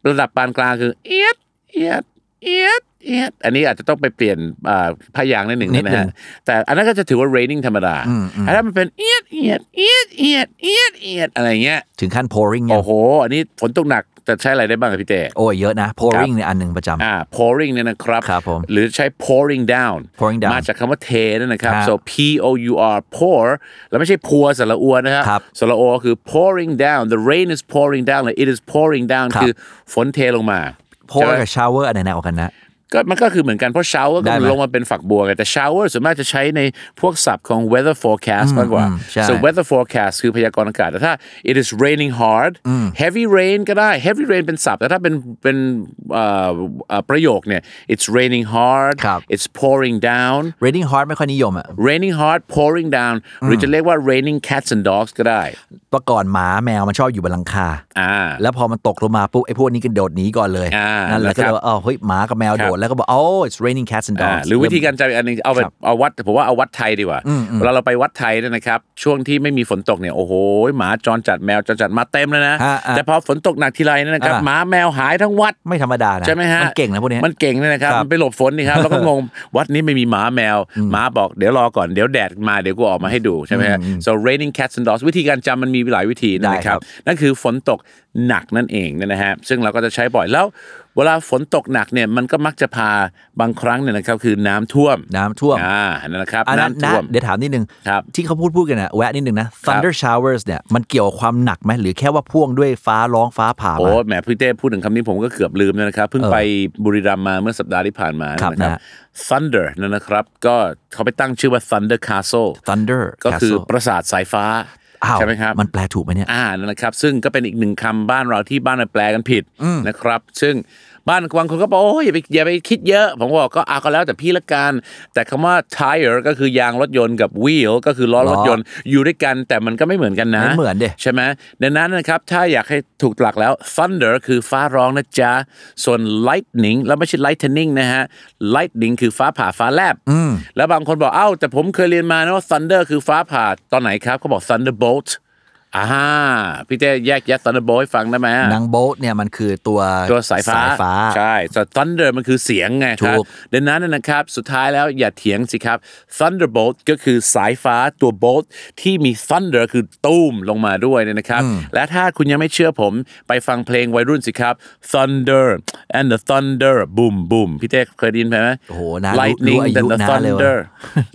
Speaker 3: ระดับปานกลางคือเอียดเอียดเอียดเอียดอันนี้อาจจะต้องไปเปลี่ยนอ่าผ้ายางนิดหนึ่งนะฮะแต่อันนั้นก็จะถือว่า raining ธรรมดาแต่ถ้ามันเป็นเอียดเอียดเอียดเอียดเอียดเอียดอะไรเงี้ย
Speaker 2: ถึงขั้น pouring เนี่ย
Speaker 3: โอ้โห อันนี้ฝนตกหนักแต่ใช้อะไรได้บ้างครับพี่เต้
Speaker 2: โอ้ยเยอะนะ pouring เนี่ยอันหนึ่งประจำ
Speaker 3: อ่า pouring เนี่ยนะครับ
Speaker 2: ครับผม
Speaker 3: หรือใช้ pouring down
Speaker 2: pouring down
Speaker 3: มาจากคำว่าเทนั่นนะครับ
Speaker 2: ครับ
Speaker 3: so p o u r pour แล้วไม่ใช่พัวสระอัวนะฮะ
Speaker 2: ครับ
Speaker 3: สระโอคือ pouring down the rain is pouring down หรือ it is pouring down
Speaker 2: ครับ
Speaker 3: คือฝนเทลงมา
Speaker 2: pour
Speaker 3: ใช่ไหม
Speaker 2: กับ shower อันไหนหนักกว่ากันนะ
Speaker 3: ก็มันก็คือเหมือนกันเพราะ shower ก็
Speaker 2: ได้ไหม
Speaker 3: ลงมาเป็นฝักบัวไงแต่ shower ส่วนมากจะใช้ในพวกศัพท์ของ weather forecast มากกว่า
Speaker 2: อืมใช่
Speaker 3: so weather forecast คือพยากรณ์อากาศแต่ถ้า it is raining hard heavy rain ก็ได้ heavy rain เป็นศัพท์แต่ถ้าเป็นเป็นเอ่อเอ่อประโยคเนี่ย it's raining hard
Speaker 2: ครับ
Speaker 3: it's pouring down
Speaker 2: raining hard ไม่ค่อยนิยมอ่ะ
Speaker 3: raining hard pouring down หรือจะเรียกว่า raining cats and dogs ก็ได้
Speaker 2: ประก่อนหมาแมวมันชอบอยู่บนหลังคา
Speaker 3: อ่า
Speaker 2: แล้วพอมันตกลงมาปุ๊บไอ้พวกนี้ก็โดดหนีก่อนเลย
Speaker 3: อ่านั่
Speaker 2: นั่นแหละ
Speaker 3: นะค
Speaker 2: ก็
Speaker 3: รับ
Speaker 2: เลยว่าเออเฮ้ยหมากับแมวโด
Speaker 3: ค
Speaker 2: ด
Speaker 3: รับ
Speaker 2: แล้วก็บอกโอ้ it's raining cats and
Speaker 3: อ่า
Speaker 2: dogs
Speaker 3: หรือวิธีการจะอันนึงเอาไป
Speaker 2: ครับ
Speaker 3: เอาวัดผมว่าเอาวัดไทยดีกว่าเวลาเราไปวัดไทยเนี่ยนะครับ ช่วงที่ไม่มีฝนตกเนี่ยโอ้โหหมาจรจัดแมวจรจัดมาเต็มเลยนะ
Speaker 2: อ่าอ่า
Speaker 3: แต่พอฝนตกหนักทีไรเนี่ยนะครับ
Speaker 2: อ่า
Speaker 3: หมาแมวหายทั้งวัด
Speaker 2: ไม่ธรรมดานะ
Speaker 3: ใช่ไหมฮะ
Speaker 2: มันเก่งนะพวกเนี้ย
Speaker 3: มันเก่งเลยนะครับ
Speaker 2: ครับ
Speaker 3: มันไปหลบฝนนี่
Speaker 2: (laughs)
Speaker 3: ครับ แล้วก็งงวัดนี้ไม่มีหมาแมวหมาบอกเดี๋ยวรอก่อนเดี๋ยวแดดมาเดี๋ยวกูออกมาให้ดูใช่ไหมฮะ so raining cats and dogs วิธีการจำมันมีหลายวิธีนะ
Speaker 2: ได้
Speaker 3: ค
Speaker 2: ครั
Speaker 3: รับ
Speaker 2: บ
Speaker 3: นั่นคือฝนตกหนักนั่นเองเนยนะฮะซึ่งเราก็จะใช้บ่อยแล้ว เวลาฝนตกหนักเนี่ยมันก็มักจะพาบางครั้งเนี่ยนะครับคือน้ำท่วม
Speaker 2: น้ำท่วม
Speaker 3: อ่านั่นนะครับ
Speaker 2: อันนั้น
Speaker 3: น้ำ
Speaker 2: นะ
Speaker 3: ท่วม
Speaker 2: เดี๋ยวถามนิดนึง
Speaker 3: ครับ
Speaker 2: ที่เขาพูดพูดกันนะแวะนิดนึงนะ thunder showers เนี่ยมันเกี่ยวกับความหนักไหมหรือแค่ว่าพ่วงด้วยฟ้าร้องฟ้าผ่า
Speaker 3: โอ้
Speaker 2: มา
Speaker 3: แหมพี่เต้พูดถึงคำนี้ผมก็เกือบลืมแล้วนะครับ เพิ่งไปบุรีรัมย์มาเมื่อสัปดาห์ที่ผ่านมา
Speaker 2: ครับ
Speaker 3: นะครับ
Speaker 2: นะ
Speaker 3: thunder นั่นนะครับ ก็เขาไปตั้งชื่อว่า thunder castle
Speaker 2: thunder
Speaker 3: ก็คือ
Speaker 2: castle
Speaker 3: ปราสาทสายฟ้า
Speaker 2: อ้าว
Speaker 3: ใช่ไหมครับ
Speaker 2: มันแปลถูกไหมเนี่ย
Speaker 3: อ่านั่นแหละครับ ซึ่งก็เป็นอีกหนึ่งคำบ้านเราที่บ้านเราแปลกันผิดนะครับ ซึ่งบ้านบางคนก็บอกโอ้ยอย่าไปอย่าไปคิดเยอะ ผมก็บอกก็อาก็แล้วแต่พี่ละกัน แต่คำว่า tire ก็คือยางรถยนต์กับ wheel ก็คือล้อรถยนต์อยู่ด้วยกัน แต่มันก็ไม่เหมือนกันนะ
Speaker 2: ไม่เหมือนดิ
Speaker 3: ใช่ไหมดังนั้นนะครับ ถ้าอยากให้ถูกหลักแล้ว thunder คือฟ้าร้องนะจ๊ะ ส่วน lightning แล้วไม่ใช่ lightning นะฮะ lightning คือฟ้าผ่าฟ้าแลบแล้วบางคนบอกเอ้าแต่ผมเคยเรียนมานะว่า thunder คือฟ้าผ่าตอนไหนครับเขาบอก thunderbolt อ่าพี่เต้แยกแยะ Thunderbolt ให้ฟังได้ไหม
Speaker 2: นางโบทเนี่ยมันคือตัว
Speaker 3: ตัวสายฟ้า
Speaker 2: ฟ้า
Speaker 3: ใช่แต่ Thunder มันคือเสียงไงครับ
Speaker 2: ถูก
Speaker 3: ดังนั้นนะนะครับ สุดท้ายแล้วอย่าเถียงสิครับ Thunderbolt ก็คือสายฟ้าตัว bolt ที่มี Thunder คือตูมลงมาด้วยเนี่ยนะครับ และถ้าคุณยังไม่เชื่อผมไปฟังเพลงวัยรุ่นสิครับ Thunder and the Thunder boom boom พี่เต้เคยได้ยินไหม
Speaker 2: โอ้โหนะรู้
Speaker 3: Lightning
Speaker 2: รู้อายุ
Speaker 3: and the
Speaker 2: นะเลยว่ะ
Speaker 3: Thunder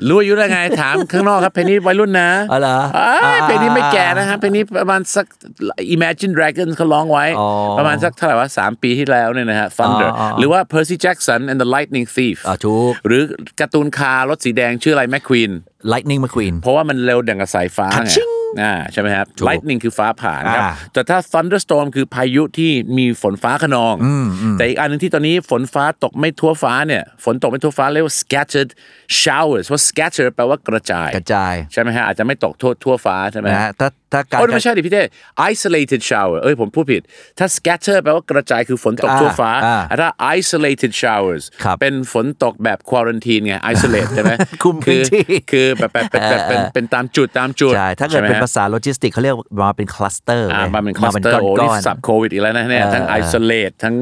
Speaker 3: รู้อายุได้ไงถามข้างนอกครับเพลงนี้วัยรุ่นนะ
Speaker 2: อ๋อเหรออ่า
Speaker 3: ยเพลงนี้ไม่แก่นะฮะ เพลงนี้ประมาณสัก Imagine Dragons เขาร้องไว้
Speaker 2: อ๋อ
Speaker 3: ประมาณสักเท่าไหร่ว่าสามปีที่แล้วเนี่ยนะฮะ Thunder
Speaker 2: อ๋ออ๋ออ๋อ
Speaker 3: หรือว่า Percy Jackson and the Lightning Thief
Speaker 2: อ่าถูก
Speaker 3: หรือการ์ตูนคาร์รถสีแดงชื่ออะไร McQueen
Speaker 2: Lightning McQueen
Speaker 3: เพราะว่ามันเร็วดังกับสายฟ้า
Speaker 2: คัด
Speaker 3: ไง
Speaker 2: ชิ่ง
Speaker 3: อ่าใช่ไหมครับ
Speaker 2: ถูก
Speaker 3: Lightning คือฟ้าผ่านะครับ
Speaker 2: อ่า
Speaker 3: แต่ถ้า thunderstorm คือพายุที่มีฝนฟ้าขนอง แต่อีกอันหนึงที่ตอนนี้ฝนฟ้าตกไม่ทั่วฟ้าเนี่ย ฝนตกไม่ทั่วฟ้าเรียกว่า scattered showers เพราะ scatter แปลว่ากระจาย
Speaker 2: กระจาย
Speaker 3: ใช่ไหมฮะ อาจจะไม่ตกทั่วทั่วฟ้าใช่ไหม
Speaker 2: นะ
Speaker 3: ฮะ
Speaker 2: ฮะถ้าถ้าการ
Speaker 3: โอ้ยไม่ใช่ดิพี่เต้ isolated shower เอ้ยผมพูดผิด ถ้า scatter แปลว่ากระจายคือฝนตก
Speaker 2: อ่า
Speaker 3: ทั่วฟ้า
Speaker 2: อ่า
Speaker 3: แต่ถ้า isolated showers
Speaker 2: ครับ
Speaker 3: เป็นฝนตกแบบ quarantine ไง isolate ใช่ไหม
Speaker 2: (laughs) คุมพื้นที่
Speaker 3: คือคือแบบแบบแบบแบบเป็นเป็นตามจุดตามจุด
Speaker 2: ใช่ถ้าเกิด
Speaker 3: ใช่ไหม
Speaker 2: เป็น
Speaker 3: ฮะ
Speaker 2: ภาษาโลจิสติกเขาเรียกมาเป็นคลัสเตอร์
Speaker 3: อ่ามาเป็นค
Speaker 2: มา
Speaker 3: ลัส
Speaker 2: เป็น
Speaker 3: เตอร์โอ้
Speaker 2: ก้
Speaker 3: นี่
Speaker 2: อนๆ
Speaker 3: สับโควิดอีกแล้วนะเนี่ยทั้ง
Speaker 2: เออ
Speaker 3: ไอโซเลตทั้ง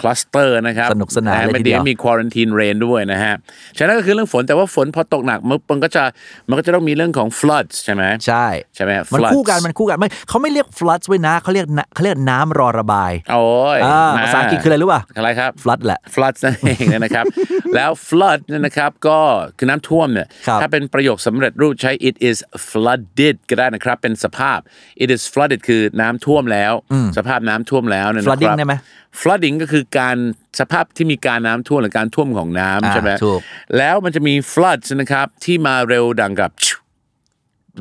Speaker 3: คลัสเตอร์นะครับ
Speaker 2: สนุกสนาน
Speaker 3: นะฮะ
Speaker 2: เลย
Speaker 3: ไม่
Speaker 2: ทีเดี
Speaker 3: ดี
Speaker 2: ยว
Speaker 3: มีควอรันทีนเรนด้วยนะฮะฉะนั้นก็คือเรื่องฝนแต่ว่าฝนพอตกหนักมันมันก็จะมันก็จะต้องมีเรื่องของ floods ใช่ไหม
Speaker 2: ใช่
Speaker 3: ใช่ไหม
Speaker 2: มัน
Speaker 3: floods
Speaker 2: คู่กันมันคู่กันไม่เขาไม่เรียก floods ไว้นะเขาเรียกน้ำเขาเรียกน้ำรอระบาย
Speaker 3: โอ้ย
Speaker 2: อ่า
Speaker 3: น่
Speaker 2: ภาษาอังกฤษคืออะไรรู้ป่ะ
Speaker 3: อะไรครับ
Speaker 2: flood แหละ
Speaker 3: flood นั่นเองนะครับ
Speaker 2: (laughs)
Speaker 3: แล้ว flood เนี่ยนะครับก็คือน้ำท่วมเนี่ย
Speaker 2: ครับ
Speaker 3: ถ้าเป็นประโยคสำเร็จรูปใช้ it is flooded ก็ได้นะครับ เป็นสภาพ it is flooded คือน้ำท่วมแล้ว สภาพน้ำท่วมแล้วเนี่ยนะครับ
Speaker 2: flooding ได้ไหม
Speaker 3: flooding ก็คือการสภาพที่มีการน้ำท่วมหรือการท่วมของน้ำ
Speaker 2: อ่า
Speaker 3: ใช่ไหม
Speaker 2: ถูก
Speaker 3: แล้วมันจะมี flood นะครับที่มาเร็วดังกับ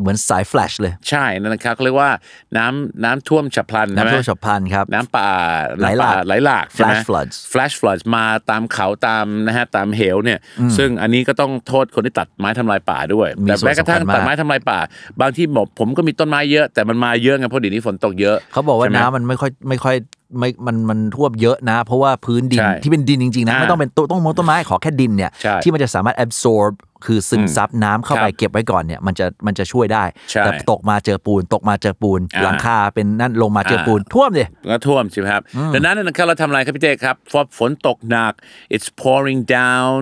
Speaker 2: เหมือนสาย flash เลย
Speaker 3: ใช่นั่นนะครับเขาเรียกว่าน้ำน้ำท่วมฉับพลันใช่ไห
Speaker 2: น้ำท่วมฉับพลันครับ
Speaker 3: น้ำป่า
Speaker 2: ไหลหลาก
Speaker 3: น้ำป่ไหลหลากใช่ไหม
Speaker 2: Flash floods
Speaker 3: flash floods มาตามเขาตามนะฮะตามเหวเนี่ย ซึ่งอันนี้ก็ต้องโทษคนที่ตัดไม้ทำลายป่าด้วย
Speaker 2: มี
Speaker 3: แต่
Speaker 2: ส่วน
Speaker 3: แม้กระทั่ง
Speaker 2: สำคัญมาก
Speaker 3: ตัดไม้ทำลายป่า บางที่บอกผมก็มีต้นไม้เยอะแต่มันมาเยอะไงเพราะเดี๋ยวนี้ฝนตกเยอะ
Speaker 2: เขาบอกว่า
Speaker 3: ใช่ไหม
Speaker 2: น้ำมันไม่ค่อยไม่ค่อยไม่มันมันท่วมเยอะนะ เพราะว่าพื้นดิน
Speaker 3: ใช่
Speaker 2: ที่เป็นดินจริงๆนะ
Speaker 3: อ่า
Speaker 2: ไม่ต้องเป็นต้องมงต้นไม้ขอแค่ดินเนี่ย
Speaker 3: ใช่
Speaker 2: ที่มันจะสามารถ absorb คือซึมซับน้ำเข้าไป
Speaker 3: ครับ
Speaker 2: เก็บไว้ก่อนเนี่ยมันจะมันจะช่วยได้
Speaker 3: ใช่
Speaker 2: แต่ตกมาเจอปูน ตกมาเจอปูน
Speaker 3: อ่า
Speaker 2: หลังคาเป็นนั่นลงมาเจออา ปูนท่วมเลย
Speaker 3: ก็ท่วมใช่ไหมครับ ดังนั้นนะครับเราทำอะไรครับพี่เต้ครับพอฝนตกหนัก it's pouring down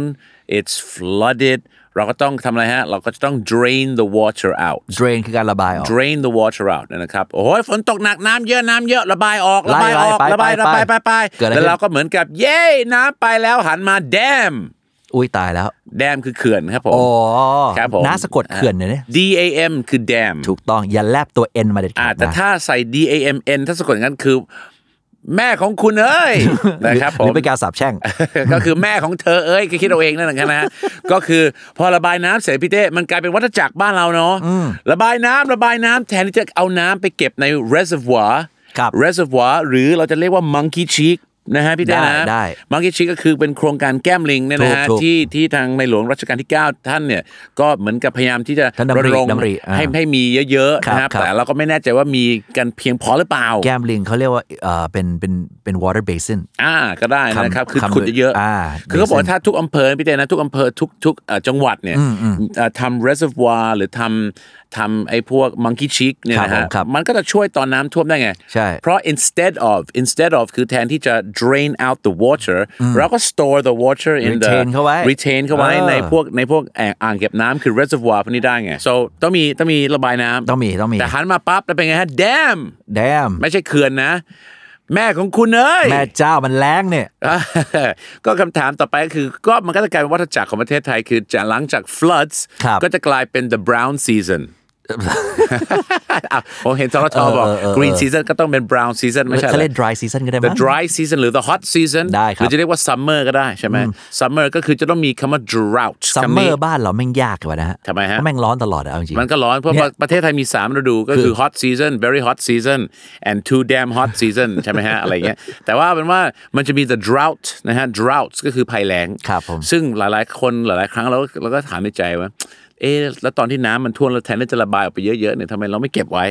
Speaker 3: it's flooded เราก็ต้องทำอะไรฮะ เราก็จะต้อง drain the water out
Speaker 2: drain คือการระบายออก
Speaker 3: drain the water out นะครับโอ้ยฝนตกหนักน้ำเยอะน้ำเยอะระบายออกระบายออก
Speaker 2: ไล่
Speaker 3: ระบาย
Speaker 2: ไล่
Speaker 3: ระบายไป
Speaker 2: ไป
Speaker 3: ไป
Speaker 2: เกิดอะไรขึ้น
Speaker 3: แล้วเราก็เหมือนกับเย้น้ำไปแล้วหันมา dam
Speaker 2: อุ้ยตายแล้ว
Speaker 3: dam คือเขื่อนครับผม
Speaker 2: อ๋อ
Speaker 3: ครับผม
Speaker 2: น้าสะกดเขื่อนเนี่ยนะ
Speaker 3: D A M คือ dam
Speaker 2: ถูกต้องอย่าแลบตัว n มาเด็ด
Speaker 3: อ่า
Speaker 2: ขาด
Speaker 3: แต่
Speaker 2: นะ
Speaker 3: ถ้าใส่ D A M N ถ้าสะกดอย่างนั้นคือ แม่ของคุณเอ้ย
Speaker 2: (laughs)
Speaker 3: นะครับ
Speaker 2: ห
Speaker 3: ผ
Speaker 2: รือ
Speaker 3: ม
Speaker 2: เป็นการสาบแช่
Speaker 3: (laughs)
Speaker 2: ง
Speaker 3: ก็คือแม่ของเธอเอ้ยก็คิดเอาเองนั่นแหละนะฮ (laughs) ะ ก็คือพอระบายน้ำเสร็จพี่เต้มันกลายเป็นวัฏจักรบ้านเราเนาะระบายน้ำระบายน้ำแทนที่จะเอาน้ำไปเก็บใน reservoir
Speaker 2: ครับ
Speaker 3: reservoir หรือเราจะเรียกว่า monkey cheek นะฮะพี่เต้
Speaker 2: ได้
Speaker 3: นะ
Speaker 2: ได้
Speaker 3: monkey cheek ก็คือเป็นโครงการแก้มลิงเนี่ยนะฮะ
Speaker 2: ถูกถูก
Speaker 3: ที่ที่ทางในหลวงรัชกาลที่ 9 ท่านเนี่ยก็เหมือนกับพยายามที่จะ
Speaker 2: ท่านดำริ
Speaker 3: รณรงค์
Speaker 2: ดำริอ่า
Speaker 3: ให้ให้มีเยอะ
Speaker 2: ค
Speaker 3: ๆ
Speaker 2: รับ
Speaker 3: นะครับ
Speaker 2: ครับ
Speaker 3: แต่เราก็ไม่แน่ใจว่ามีกันเพียงพอหรือเปล่า
Speaker 2: แก้มลิงเขาเรียกว่าเอ่อเป็นเป็นเป็น water basin
Speaker 3: อ่าก็ได้นะครับ
Speaker 2: คำ
Speaker 3: คือ
Speaker 2: คำ
Speaker 3: ขุดเยอะ
Speaker 2: อ่า
Speaker 3: ๆคือเขาบอกว่าถ้าทุกอำเภอพี่เต้นะทุกอำเภอทุกทุกเอ่อจังหวัดเนี่ยเอ่อทำ reservoir หรือทำทำไอ้พวก monkey cheek เนี่ยนะ
Speaker 2: ครับผ
Speaker 3: ฮะ
Speaker 2: มครับ
Speaker 3: มันก็จะช่วยตอนน้ำท่วมได้ไง
Speaker 2: ใช่
Speaker 3: เพราะ instead of instead of คือแทนที่จะ drain out the water เราก็ store the water in the
Speaker 2: retain เข้าไว้
Speaker 3: retain เข้าไว้
Speaker 2: เออ
Speaker 3: ในพวกในพวกแอ่งอ่างเก็บน้ำคือ reservoir พวกนี้ได้ไง so ต้องมีต้องมีระบายน้ำ
Speaker 2: ต้องมีต้องมี
Speaker 3: แต่หันมาปั๊บแล้วเป็นไงฮะ dam
Speaker 2: damn
Speaker 3: ไม่ใช่เขื่อนนะ แม่ของคุณเอ้ย
Speaker 2: แม่เจ้ามันแรงเนี่ย
Speaker 3: อ่า (laughs) ก็คำถามต่อไปก็คือก็มันก็จะกลายเป็นวัฏจักรของประเทศไทย คือจะหลังจาก floods
Speaker 2: ครับ (laughs)
Speaker 3: ก็จะกลายเป็น the brown season อ่ะผมเห็นทรทบอก green season ก็ต้องเป็น brown season ไม่ใช่หร
Speaker 2: เขา
Speaker 3: อ
Speaker 2: เรียก dry season ก็ได้ไหม
Speaker 3: the dry season หรือ the hot season
Speaker 2: ได้ครับ
Speaker 3: หรือจะเรียกว่า summer ก็ได้ใช่ไหม summer ก็คือจะต้องมีคำว่า drought
Speaker 2: ซัม
Speaker 3: คำ
Speaker 2: เมอ
Speaker 3: นี้
Speaker 2: ร์บ้านเราแม่งยากกว่านะฮะ
Speaker 3: ทำไมฮะ
Speaker 2: เพราแม่งร้อนตลอดอะเอาจริงๆ
Speaker 3: มันก็ร้อนเพราะว่าประเทศไทยมี 3 ฤดูก็คือ hot season very hot season and too damn hot season ใช่ไหมฮะ อะไรเงี้ยแต่ว่าเป็นว่ามันจะมี the drought นะฮะ drought ก็คือภัยแล้ง
Speaker 2: ครับผม
Speaker 3: ซึ่งหลายๆ คนหลายๆ ครั้งเราก็เราก็ถามในใจว่า เอ๊ะแล้วตอนที่น้ำมันท่วมแล้วแทนที่จะระบายออกไปเยอะๆเนี่ยทำไมเราไม่เก็บไว้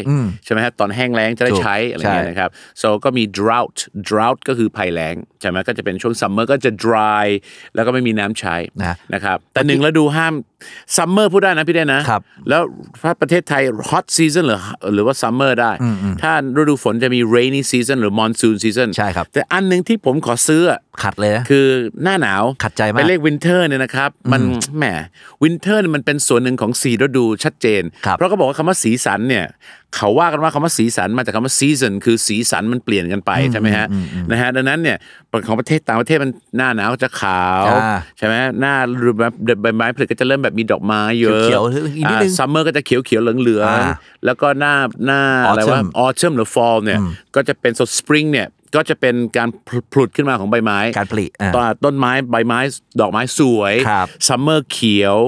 Speaker 3: ใช่ไหมฮะตอนแห้งแล้งจะได้ใช้อะไรเงี้ยนะครับ so ก็มี drought drought ก็คือภัยแล้งใช่ไหมก็จะเป็นช่วง summer ก็จะ dry แล้วก็ไม่มีน้ำใช้
Speaker 2: นะ
Speaker 3: นะครับแต่หนึ่งฤดูห้าม summer พูดได้นะพี่ได้นะ
Speaker 2: ครับ
Speaker 3: แล้วถ้าประเทศไทย hot season หรือหรือว่า summer ได้ ถ้าฤดูฝนจะมี rainy season หรือ monsoon season
Speaker 2: ใช่ครับ
Speaker 3: แต่อันหนึ่งที่ผมขอซื้ออะ
Speaker 2: ขัดเลยนะ
Speaker 3: คือหน้าหนาว
Speaker 2: ขัดใจมาก
Speaker 3: ไปเรียกวินเทอร์เนี่ยนะครับ มันแหมวินเทอร์มันเป็นส่วนหนึ่งของสีฤดูชัดเจน
Speaker 2: ครับ
Speaker 3: เพราะก็บอกว่าคำว่าสีสันเนี่ยเขาว่ากันว่าคำว่าสีสันมาจากคำว่าซีซันคือสีสันมันเปลี่ยนกันไปใช่ไหมฮะนะฮะดังนั้นเนี่ยของประเทศต่างประเทศมันหน้าหนาวจะขาว
Speaker 2: อ่า
Speaker 3: ใช่ไหมหน้าฤดูใบไม้ผลิก็จะเริ่มแบบมีดอกไม้เยอะ
Speaker 2: เขียวๆอีกนิดนึง
Speaker 3: ซัมเมอร์ก็จะเขียวเขียวๆเหลือง
Speaker 2: อ่า
Speaker 3: ๆแล้วก็หน้าหน้าอะไรว่า
Speaker 2: Autumn
Speaker 3: ออเชมหรือฟอลเนี่ยก็จะเป็นสดสปริงเนี่ยก็จะเป็นการผลุดขึ้นมาของใบไม้
Speaker 2: การผลิอ่า
Speaker 3: ตอนต้นไม้ใบไม้ดอกไม้สวย
Speaker 2: ครับ
Speaker 3: ซัมเมอร์เขียว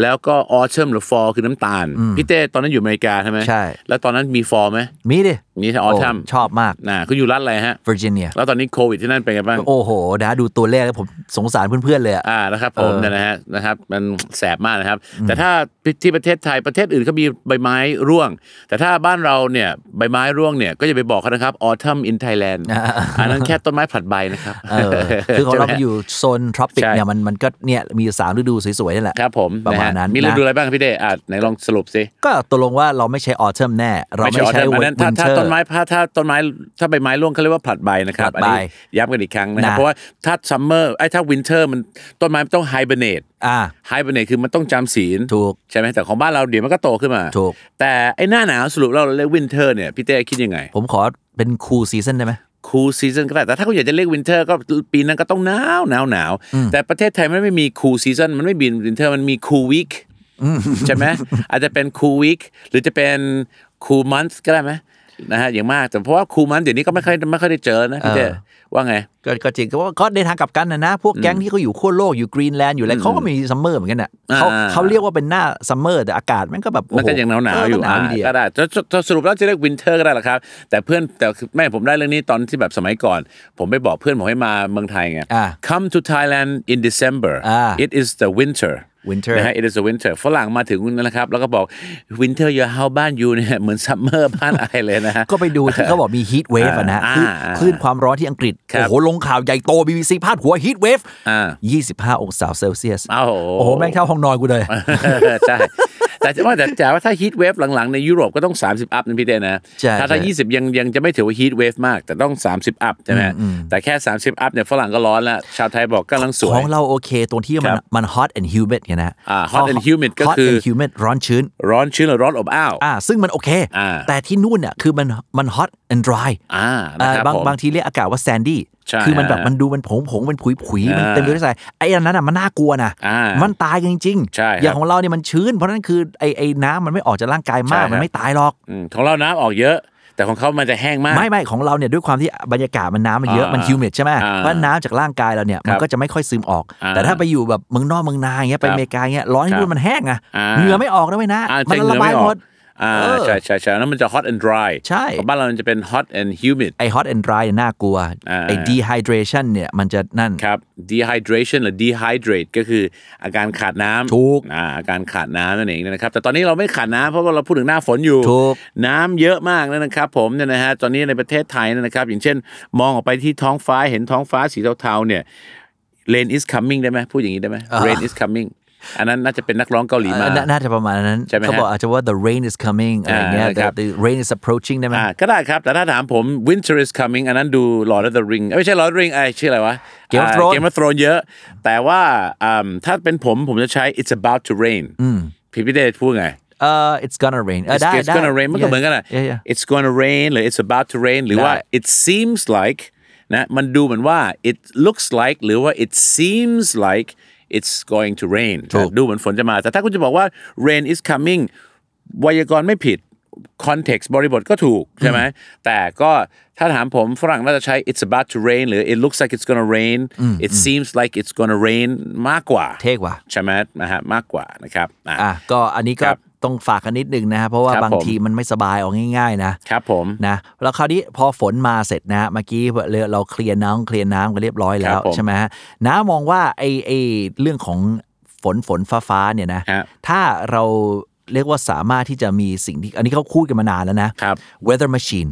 Speaker 3: แล้วก็ออเช m มหรือฟอ l คือน้ำตาล พี่เต้ตอนนั้นอยู่อเมริกาใช่ไหม
Speaker 2: ใช่
Speaker 3: แล้วตอนนั้นมีฟอ l ไหม
Speaker 2: มีดิ
Speaker 3: มีออเช m
Speaker 2: โชอบมาก
Speaker 3: นะคุณอยู่รัฐอะไรฮะ
Speaker 2: เวอร์จิเนีย
Speaker 3: แล้วตอนนี้โควิดที่นั่นเป็นไงบ้าง
Speaker 2: โอ้โหนะดูตัวเลขแล้วผมสงสารเพื่อนๆเลยอะ
Speaker 3: อ่านะครับผมเนี่ยนะฮะนะครับมันแสบมากนะครับ แต่ถ้าที่ประเทศไทยประเทศอื่นเขามีใบไม้ร่วง แต่ถ้าบ้านเราเนี่ยใบไม้ร่วงเนี่ยก็อย่าไปบอกเขานะครับ autumn in Thailand อันนั้นแค่ต้นไม้ผลัดใบนะครับ
Speaker 2: เออ
Speaker 3: (laughs)
Speaker 2: คือของเรามันอยู่โซนทรอปิก
Speaker 3: ใช่
Speaker 2: เนี่ยมันมันก็เนี่ยมีอยู่สามฤดูสวยๆนี่แหละ
Speaker 3: ครับผม
Speaker 2: ประมาณ
Speaker 3: ฮ
Speaker 2: นั้น
Speaker 3: มีฤ
Speaker 2: นะ
Speaker 3: ดูอะไรบ้างครับพี่เดชอ่ะไหนลองสรุปสิ
Speaker 2: ก็ตกลงว่าเราไม่ใช้ออเท m แน่ เราไม่ใช้
Speaker 3: ออ
Speaker 2: ว
Speaker 3: เดิมอั
Speaker 2: น
Speaker 3: นนั้น
Speaker 2: วิ
Speaker 3: ถ้าน
Speaker 2: เท
Speaker 3: ถ้า
Speaker 2: อร์
Speaker 3: ต้นไม้ถ้าถ้าต้นไม้ถ้าใบไม้ร่วงเขาเรียกว่าผลัดใบนะค
Speaker 2: ผ
Speaker 3: รับ
Speaker 2: ลัดใบ
Speaker 3: อันนี้ย้ำกันอีกครั้งนะครับ
Speaker 2: นะ
Speaker 3: เพราะว่าถ้าซัมเมอร์ไอ้ยถ้าวินเทอร์มันต้นไม้มันต้องไฮเบเนต
Speaker 2: อ่า
Speaker 3: ไฮเบเนตคือมันต้องจำศีล
Speaker 2: ถูก
Speaker 3: ใช่ไหมแต่ของบ้านเราเดี๋ยวมันก็โตขึ้นมา
Speaker 2: ถูก
Speaker 3: แต่ไอ้หน้าหนาวสรุปแล้วเราเรียกวินเทอร์เนี่ยพี่เต้คิดยังไง
Speaker 2: ผมขอเป็นคูลซีซันได้ไหม
Speaker 3: คูลซีซันก็ได้แต่ถ้าคุณอยากจะเรียกวินเทอร์ก็ปีนั้นก็ต้องหนาวหนาวหนาวแต่ประเทศไทยมันไม่มีคูลซีซันมันไม่มีวินเทอร์มันมีคูลวีค ใช่ไหม
Speaker 2: (laughs)
Speaker 3: อาจจะเป็นคูวิกหรือจะเป็นคูมันส์ก็ได้ไหมนะฮะอย่างมากแต่เพราะว่าคูมันเดี๋ยวนี้ก็ไม่ค่อยไม่ค่อยได้เจอนะพี่เจ
Speaker 2: เออ
Speaker 3: ว่าไง
Speaker 2: ก็ก็จริงก็ว่าก็ในทางกลับกันนะนะ พวกแก๊งที่เขาอยู่ขั้วโลกอยู่กรีนแลนด์อยู่อะไรเขาก็มีซัมเมอร์เหมือนกันน่ะ
Speaker 3: อ่า
Speaker 2: เขาเขาเรียกว่าเป็นหน้าซัมเมอร์แต่อากาศมันก็แบบโอ้
Speaker 3: มัน
Speaker 2: โห
Speaker 3: ก็ยังหนาวหนาวๆอยู่
Speaker 2: เหนาวอยู่ดี
Speaker 3: ก็
Speaker 2: อะ
Speaker 3: ได้จะจะจะสรุปแล้วจะเรียกวินเทอร์ก็ได้แหละครับ แต่เพื่อนแต่แม่ผมได้เรื่องนี้ตอนที่แบบสมัยก่อน ผมไปบอกเพื่อนผมให้มาเมืองไทยไง
Speaker 2: อ่า
Speaker 3: come to Thailand in December
Speaker 2: อ่า
Speaker 3: it is the winter
Speaker 2: Winter
Speaker 3: นะฮะ it is the winter ฝรั่งมาถึงนะครับ แล้วก็บอก winter your house บ้านอยู่เนี่ยเหมือน summer บ้านไอเลยนะฮะ
Speaker 2: ก็ไปดูที่เขาบอกมีฮีทเวฟอะนะ
Speaker 3: อ่า
Speaker 2: คือ
Speaker 3: อ่า
Speaker 2: คลื่นความร้อนที่อังกฤษ
Speaker 3: ครับ
Speaker 2: โอ้โห ลงข่าวใหญ่โต BBC พาดหัวฮีทเวฟ
Speaker 3: อ่า
Speaker 2: 25 องศาเซลเซียส
Speaker 3: อ้าว
Speaker 2: โอ้โห แม่งเท่าห้องนอนกูเลย
Speaker 3: ใช่ แต่ว่าแต่แต่ว่าถ้าฮีทเวฟหลังๆ ในยุโรปก็ต้อง 30 อัพนะพี่เต้นะ
Speaker 2: ใช่
Speaker 3: ถ้าถ้า
Speaker 2: ใช่
Speaker 3: 20 ยังยังจะไม่ถือว่าฮีทเวฟมาก แต่ต้อง 30 อัพใช่ไหมแต่แค่ 30 อัพเนี่ยฝรั่งก็ร้อนแล้ว ชาวไทยบอกกำลังสว
Speaker 2: ข
Speaker 3: ย
Speaker 2: องเราโอเคตรงที่มัน
Speaker 3: ครับ
Speaker 2: มัน hot and humid ไงนะ
Speaker 3: อ่า hot and humid ก็
Speaker 2: hot
Speaker 3: คือ
Speaker 2: and humid ร้อนชื้น
Speaker 3: ร้อนชื้นหรือร้อนอบอ้าว
Speaker 2: อ่า ซึ่งมันโอเค
Speaker 3: อ่า
Speaker 2: แต่ที่นู่นเนี่ยคือมันมัน hot and dry
Speaker 3: อ่านะ
Speaker 2: อ่า
Speaker 3: ครับ
Speaker 2: บาง
Speaker 3: ผม
Speaker 2: บางทีเรียกอากาศว่าแซนดี้
Speaker 3: ใช่
Speaker 2: คือมันแบบ
Speaker 3: ฮะ
Speaker 2: มันดูมันผงผงๆมันผุยผุยๆมัน
Speaker 3: อ่า
Speaker 2: เต็มไปด้วยทรายไอ้อันนั้นอ่ะมันน่ากลัวนะ
Speaker 3: อ่ามั
Speaker 2: มันตายกันจริงๆ
Speaker 3: ใช่ครับ
Speaker 2: อย่างของเราเนี่ยมันชื้น เพราะฉะนั้นคือไอ้ไอ้น้ำมันไม่ออกจากร่างกายมาก
Speaker 3: ใช่ครับ
Speaker 2: มันไม่ตายหรอก
Speaker 3: อืมของเราน้ำออกเยอะ แต่ของเขามันจะแห้งมาก
Speaker 2: ไม่ไม่ของเราเนี่ยด้วยความที่บรรยากาศมันน้ำมันเยอะ
Speaker 3: อ่ามั
Speaker 2: มันฮิวมิดใช่ไหม
Speaker 3: อ่า
Speaker 2: เพราะน้ำจากร่างกายเราเนี่ยมันก็จะไม่ค่อยซึมออก
Speaker 3: อ่า
Speaker 2: แต่ถ้าไปอยู่แบบเมืองนอกเมืองนาอย่างเงี้ยไปอเมริกาอย่างเงี้ยร้อนที่นู่นมันแห้งอะ
Speaker 3: อ่า
Speaker 2: เหงื่อไม่ออกนะเว้ยนะ
Speaker 3: อ่า
Speaker 2: มัน
Speaker 3: ใช่เหงื่อ
Speaker 2: ระาย
Speaker 3: บไม่ออ
Speaker 2: ห
Speaker 3: ก
Speaker 2: มด
Speaker 3: อ่า
Speaker 2: เออ
Speaker 3: ใช่ใช่ใช่แล้วมันจะ hot and dry
Speaker 2: ใช่
Speaker 3: ของบ้านเรามันจะเป็น hot and humid
Speaker 2: ไอ้ hot and dry เนี่ยน่ากลัว
Speaker 3: อ่า
Speaker 2: ไอ้ dehydration เนี่ยมันจะนั่น
Speaker 3: ครับ dehydration หรือ dehydrate ก็คืออาการขาดน้ำ
Speaker 2: ถูก
Speaker 3: อ่าอาการขาดน้ำนั่นเองนะครับ แต่ตอนนี้เราไม่ขาดน้ำเพราะว่าเราพูดถึงหน้าฝนอยู่
Speaker 2: ถูก
Speaker 3: น้ำเยอะมากนะครับ ผมเนี่ยนะฮะตอนนี้ในประเทศไทยเนี่ยนะครับ อย่างเช่น มองออกไปที่ท้องฟ้าเห็นท้องฟ้าสีเทาๆเนี่ย rain is coming ได้ไหมพูดอย่างนี้ได้ไหม rain is coming อันนั้นน่าจะเป็นนักร้องเกาหลีมา
Speaker 2: เออน่าน่าจะประมาณนั้น
Speaker 3: ใช่ไหมฮะ
Speaker 2: เขาบอกอาจจะว่า the rain is coming อะไรเงี้ย
Speaker 3: อ่า
Speaker 2: the,
Speaker 3: ครับ
Speaker 2: the rain is approaching ได้ไหม
Speaker 3: อ่าก็ได้ครับ แต่ถ้าถามผม Winter is coming อันนั้นดู Lord of the Ring เอ้ยไม่ใช่ Lord of the Ring ไอ้ชื่ออะไรวะ
Speaker 2: Game of
Speaker 3: อ่า
Speaker 2: Thrones
Speaker 3: Game of Thrones เยอะ แต่ว่าอืมถ้าเป็นผมผมจะใช้ It's about to rain พี่พี่เดชพูดไง
Speaker 2: เออ it's gonna rain เออ
Speaker 3: It's,
Speaker 2: ได้
Speaker 3: it's
Speaker 2: ได้
Speaker 3: gonna rain มันก็เหมือนกันนะ
Speaker 2: Yeah, yeah, yeah.
Speaker 3: It's gonna rain หรือ It's about to rain หรือว่า
Speaker 2: ได้
Speaker 3: It seems like นะมันดูเหมือนว่า It looks like หรือว่า It seems like it's going to rain
Speaker 2: ถูก
Speaker 3: ดูเหมือนฝนจะมา แต่ถ้าคุณจะบอกว่า rain is coming ไวยากรณ์ไม่ผิด คอนเท็กซ์บริบทก็ถูกใช่ไหมแต่ก็ถ้าถามผมฝรั่งน่าจะใช้ it's about to rain หรือ it looks like it's gonna rain it seems like it's gonna rain มากกว่า
Speaker 2: เท่กว่า
Speaker 3: ใช่ไหมนะฮะมากกว่านะครับอ่ะ
Speaker 2: อ่ะก็อันนี้ก็
Speaker 3: ครับ
Speaker 2: ต้องฝากกันนิดนึงนะครับเพราะว่า
Speaker 3: ครับ
Speaker 2: บาง
Speaker 3: ผม
Speaker 2: ทีมันไม่สบายเอาง่าย ๆ นะครับ
Speaker 3: ผม
Speaker 2: นะแล้วคราวนี้พอฝนมาเสร็จนะ เมื่อกี้เราเคลียร์น้ำเคลียร์น้ำกันเรียบร้อยแล้
Speaker 3: คว รับผม
Speaker 2: ใช่ไหมฮะน้ามองว่าไอ้ไอ้เรื่องของฝนฝนฟ้าฟ้าเนี่ยนะ
Speaker 3: ฮะ
Speaker 2: ถ้าเราเรียกว่าสามารถที่จะมีสิ่งที่อันนี้เขาคูดกันมานานแล้วนะ
Speaker 3: ครับ
Speaker 2: weather machine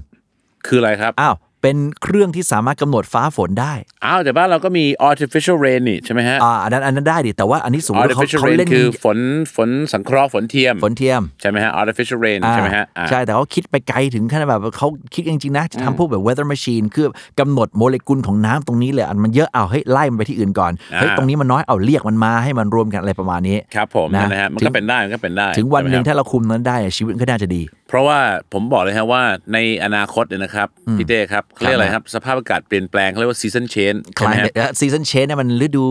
Speaker 3: คืออะไรครับ
Speaker 2: อ้าวเป็นเครื่องที่สามารถกำหนดฟ้าฝนได้
Speaker 3: อ้าวแต่บ้านเราก็มี artificial rain นี่ใช่ไหมฮะ
Speaker 2: อ่าอันนั้นอันนั้นได้ดิแต่ว่าอันนี้สมมติว่าเขา
Speaker 3: artificial
Speaker 2: เขา
Speaker 3: rain
Speaker 2: เล่น
Speaker 3: คือฝนฝนสังเคราะห์ฝนเทียม
Speaker 2: ฝนเทียม
Speaker 3: ใช่ไหมฮะ artificial rain
Speaker 2: อ่า
Speaker 3: ใช่ไหมฮะอ่า
Speaker 2: ใช่ แต่เขาคิดไปไกลถึงขนาดแบบเขาคิดจริง ๆ นะจะทำพวกแบบ weather machine คือกำหนดโมเลกุลของน้ำตรงนี้เลยอันมันเยอะเอาเฮ้ยไล่มันไปที่อื่นก่อนเฮ้ย
Speaker 3: อ่า
Speaker 2: ตรงนี้มันน้อยเอาเรียกมันมาให้มันรวมกันอะไรประมาณนี้
Speaker 3: ครับผมนั่นนะฮะมัน
Speaker 2: ถึ
Speaker 3: ก็
Speaker 2: ง
Speaker 3: เป็นได้มันก็เป็นได้
Speaker 2: ถึงวันหนึ่ง
Speaker 3: ใช่
Speaker 2: ถ้า
Speaker 3: ไมครับ
Speaker 2: เราคุมนั้นได้อะชีวิตมันก็น่าจะดี
Speaker 3: เพราะว่าผมบอกเลยฮะว่าในอนาคตเนี่ยนะครับพี่เต้ครับเขาเรียกอะไรครับ สภาพอากาศเปลี่ยนแปลงเขาเรียกว่าซีซันเชนใช่ไหมฮะ
Speaker 2: climate ซีซันเชนเนี่ยมันฤดู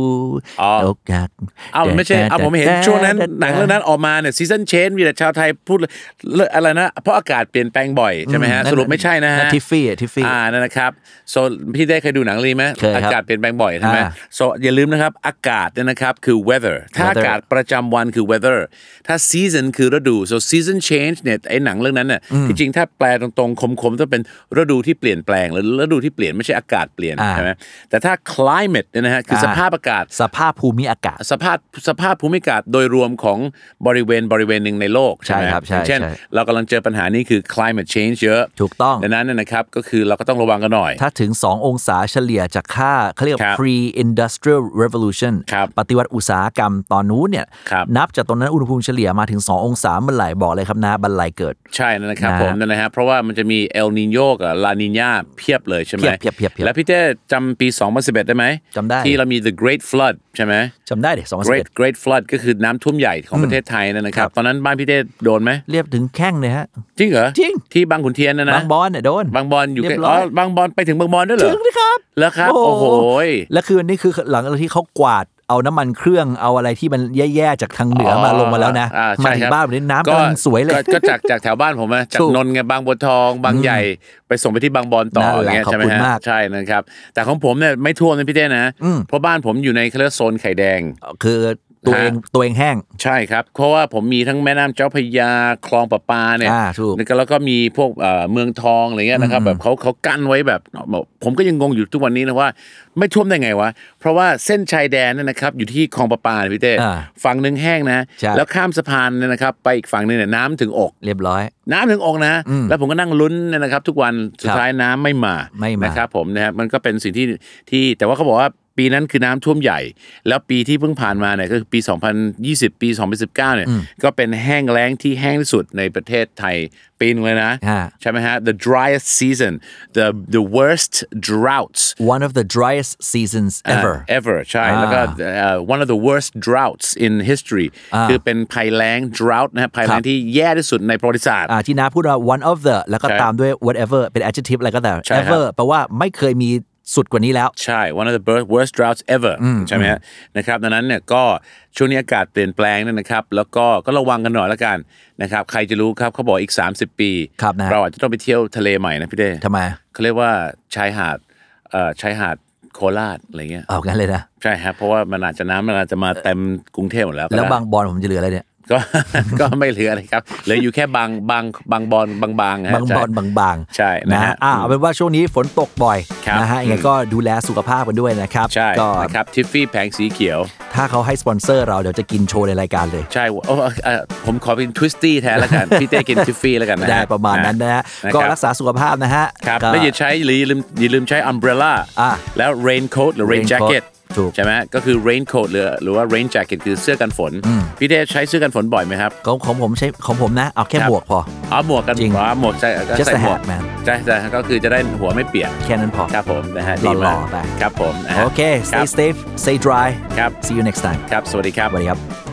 Speaker 3: อ๋อ
Speaker 2: โอกาส
Speaker 3: เอ้ามันไม่ใช่เอ้าผมเห็นช่วงนั้นหนังเรื่องนั้นออกมาเนี่ยซีซันเชนมีแต่ชาวไทยพูดเลยเรื่องอะไรนะ เพราะอากาศเปลี่ยนแปลงบ่อยใช่ไหมฮะสรุปไม่ใช่นะฮะ
Speaker 2: ทิฟฟี่ทิฟฟี่
Speaker 3: อ่านั่นนะครับโซพี่เต้เคยดูหนังเรื่องนี้ไหม
Speaker 2: เคยครับ
Speaker 3: อากาศเปลี่ยนแปลงบ่อยใช่ไหม
Speaker 2: อ่า
Speaker 3: โซอย่าลืมนะครับอากาศเนี่ยนะครับคือ weather ถ้า
Speaker 2: weather
Speaker 3: อากาศประจำวันคือ weather ถ้า season คือฤดู so season change เนี่ยไอ้หนังเรื่องนั้นเนี่ยที่จริงถ้าแปลตรงๆคมๆต้องเป็นฤดูที่เปลี่ยนแปลงหรือฤดูที่เปลี่ยนไม่ใช่อากาศเปลี่ยน
Speaker 2: อ่า
Speaker 3: ใช่ไหมแต่ถ้า climate เนี่ยนะฮะคืออา สภาพอากาศ
Speaker 2: สภาพภูมิอากาศ
Speaker 3: สภาพสภาพภูมิอากาศโดยรวมของบริเวณบริเวณหนึ่งในโลกใช่ไหม
Speaker 2: ใช่ครับใช่
Speaker 3: อย่างเช่น
Speaker 2: ใช่
Speaker 3: เรากำลังเจอปัญหานี้คือ climate change เยอะ
Speaker 2: ถูกต้อง
Speaker 3: ดังนั้นเนยนะครับก็คือเราก็ต้องระวังกันหน่อย
Speaker 2: ถ้าถึง 2 องศาเฉลี่ยจากค่าเขาเรียก
Speaker 3: ครับ
Speaker 2: pre-industrial revolution
Speaker 3: ครับ
Speaker 2: ปฏิวัติอุตสาหกรรมตอนนู้นเนี่ย
Speaker 3: ครับ
Speaker 2: นับจากตอนนั้นอุณหภูมิเฉลี่ยมาถึง 2 องศาเมื่อไหร่บอกเลยครับนะบันไลเกิด
Speaker 3: ใช่นั่นนะครับ
Speaker 2: นะ
Speaker 3: ผมนั่นนะฮะเพราะว่ามันจะมีเอลนิโยกับลานิญาเพียบเลยใช่ไหม
Speaker 2: เพียบเพียบเพียบ
Speaker 3: แล้วพี่เต้จำปี 2011 ได้ไหม
Speaker 2: จำได้
Speaker 3: ที่เรามี the great flood ใช่ไหม
Speaker 2: จำได้เด็ก
Speaker 3: great great flood ก็คือน้ำท่วมใหญ่ของประเทศไทยนั่นนะครับ ตอนนั้นบ้านพี่เต้โดนไหม
Speaker 2: 2011 เรียบถึงแข้งเลยฮะ
Speaker 3: จริงเหรอ
Speaker 2: จริง
Speaker 3: ที่บางขุนเทียนนะนะ
Speaker 2: บางบอลเนี่ยโดน
Speaker 3: บางบอลอยู่ใกล้
Speaker 2: เรียบร้
Speaker 3: อ๋
Speaker 2: อ
Speaker 3: อย บางบอลไปถึงบางบอลด้วยเหรอ
Speaker 2: ถึงนะครับ
Speaker 3: แล้วครับโอ้โห
Speaker 2: แล้วคือนี่คือหลังจากที่เขากวาดเอาน้ำมันเครื่องเอาอะไรที่มันแย่ๆจากทางเหนือมาลงมาแล้วนะ
Speaker 3: อ่
Speaker 2: มา
Speaker 3: ใช่
Speaker 2: ถึ
Speaker 3: ค
Speaker 2: ง
Speaker 3: รับ
Speaker 2: บ้านแบบนี้น้ำกำลังสวยเลย
Speaker 3: ก็ก็จากจากแถวบ้านผมอะจาก
Speaker 2: ถูก
Speaker 3: นนท์ไงบางบัวทองบางใหญ่ไปส่งไปที่บางบอนต่อ
Speaker 2: นั่นแหละ
Speaker 3: เงี้ย
Speaker 2: ขอบ
Speaker 3: ใช่ไหม
Speaker 2: คุณ
Speaker 3: ฮะ
Speaker 2: มาก
Speaker 3: ใช่นะครับ แต่ของผมเนี่ยไม่ท่วมนะพี่เต้นะเพราะบ้านผมอยู่ในเขาเรียกว่าโซนไข่แดง
Speaker 2: คือตัวเองตัวเองแห้ง
Speaker 3: ใช่ครับ เพราะว่าผมมีทั้งแม่น้ำเจ้าพระยาคลองประปาเนี่ย
Speaker 2: อ่าถูก
Speaker 3: แล้วก็แล้วก็มีพวกเอ่อเมืองทองอะไรเงี้ยนะครับแบบเขาเขากั้นไว้แบบแบบผมก็ยังงงอยู่ทุกวันนี้นะว่า ไม่ท่วมได้ไงวะ เพราะว่าเส้นชายแดนเนี่ยนะครับอยู่ที่คลองประปาเนี่ยพี่เต้
Speaker 2: อ่า
Speaker 3: ฝั่งหนึ่งแห้งนะ
Speaker 2: ใช่
Speaker 3: แล้วข้ามสะพานเนี่ยนะครับไปอีกฝั่งหนึงเนี่ยน้ำถึงอก
Speaker 2: เรียบร้อย
Speaker 3: น้ำถึงอกนะ แล้วผมก็นั่งลุ้นเนี่ยนะครับ ทุกวันสุดท้ายน้ำไม่มา
Speaker 2: ไม่มา
Speaker 3: ครับผมนะฮะมันก็เป็นสิ่งที่ที่แต่ว่าเขาบอกว่าปีนั้นคือน้ำท่วมใหญ่ แล้วปีที่เพิ่งผ่านมาเนี่ยก็คือปี 2020 ปี 2019เนี่ยก็เป็นแห้งแล้งที่แห้งที่สุดในประเทศไทยปีนึงเลยนะ
Speaker 2: ฮะ
Speaker 3: ใช่ไหมฮะ the driest season the the worst droughts
Speaker 2: one of the driest seasons
Speaker 3: อ่า
Speaker 2: ever
Speaker 3: ever ใช่
Speaker 2: อ่า
Speaker 3: แล้วก็เอ่อ one of the worst droughts in history คือเป็นภัยแล้ง drought นะฮะภัย
Speaker 2: ครั
Speaker 3: แล้ง
Speaker 2: บ
Speaker 3: ที่แย่ที่สุดในประวัติศาสตร์
Speaker 2: อ่าที่น้าพูดว่า one of the แล้วก็
Speaker 3: ใช่
Speaker 2: ตามด้วย whatever เป็น adjective อะไรก็แต่
Speaker 3: ใช่ครับ
Speaker 2: ever แปลว่าไม่เคยมีสุดกว่านี้แล้ว
Speaker 3: ใช่ one of the worst- worst droughts ever ใช่ไหมฮะนะครับดังนั้นเนี่ยก็ช่วงนี้อากาศเปลี่ยนแปลงเนี่ยนะครับ แล้วก็ก็ระวังกันหน่อยละกันนะครับใครจะรู้ครับเขาบอกอีก 30 ปี
Speaker 2: ครับนะ
Speaker 3: เราอาจจะต้องไปเที่ยวทะเลใหม่นะพี่เด้
Speaker 2: ทำไม
Speaker 3: เขาเรียกว่าชายหาดเอ่อชายหาดโคราชอะไรเงี้ย
Speaker 2: เอางั้นเลยนะ
Speaker 3: ใช่ครับเพราะว่ามันอาจจะน้ำมันอาจจะมาเต็มกรุงเทพหมดแล้วก็ได้
Speaker 2: แล้วบางบอลผมจะเหลืออะไรเนี่ย
Speaker 3: ก็ (laughs) ก็ไม่เหลืออะไรครับเหลืออยู่แค่บางบางบางบอลบางบางๆฮะ
Speaker 2: บางบอล
Speaker 3: ใช่
Speaker 2: บางบางๆ
Speaker 3: ใช่นะฮะ
Speaker 2: อ่าเอาเป็นว่าช่วงนี้ฝนตกบ่อย
Speaker 3: ครับ
Speaker 2: นะฮะ
Speaker 3: อืม
Speaker 2: ยังไงก็ดูแลสุขภาพกันด้วยนะครับ
Speaker 3: ใช่
Speaker 2: ก็
Speaker 3: นะครับทิฟฟี่แผงสีเขียว
Speaker 2: ถ้าเขาให้สปอนเซอร์เราเดี๋ยวจะกินโชว์ในรายการเลย
Speaker 3: ใช่โอ้เอ่อผมขอเป็นทวิสตี้แทนแล้ว
Speaker 2: (laughs)
Speaker 3: กัน พี่เต้กินทิฟฟี่แล้วกันนะฮ
Speaker 2: ได้ประมาณนั้นนะฮะ
Speaker 3: นะ
Speaker 2: ก็
Speaker 3: คบ
Speaker 2: รักษาสุขภาพนะฮะ
Speaker 3: ครับ
Speaker 2: ก็
Speaker 3: แล้วอย่าใช้หรืออย่าลืมอย่าลืมใช้อัมเบรล่า
Speaker 2: อ่ะ
Speaker 3: แล้วเรนโค t หรือเรน
Speaker 2: raincoat
Speaker 3: แจ็ c เก็ต
Speaker 2: ถูก
Speaker 3: ใช่ไหมก็คือเรนโค t หรือหรือว่าเรนแจ็คเก็ตคือเสื้อกันฝน พี่เต้ใช้เสื้อกันฝนบ่อยไหมครับ
Speaker 2: ของของผมใช้ของผมนะ เอาแค่
Speaker 3: ครับ
Speaker 2: หมวกพอ
Speaker 3: อ๋อหมวกกัน
Speaker 2: จริง
Speaker 3: อ๋อหมวกใส่ก็
Speaker 2: Just
Speaker 3: ใส่
Speaker 2: a
Speaker 3: หมวก
Speaker 2: hat, man
Speaker 3: ใช่ใช่ก็คือจะได้หัวไม่เปียก
Speaker 2: แค่นั้นพอ
Speaker 3: ครับผมนะฮะดี
Speaker 2: หล่
Speaker 3: มาก
Speaker 2: อๆไป
Speaker 3: ครับผมนะฮะ
Speaker 2: โอเค
Speaker 3: ครั
Speaker 2: stay
Speaker 3: บ
Speaker 2: safe stay dry
Speaker 3: ครับ
Speaker 2: see you next time
Speaker 3: ครับสวัสดีครับ
Speaker 2: สวัสดีครับ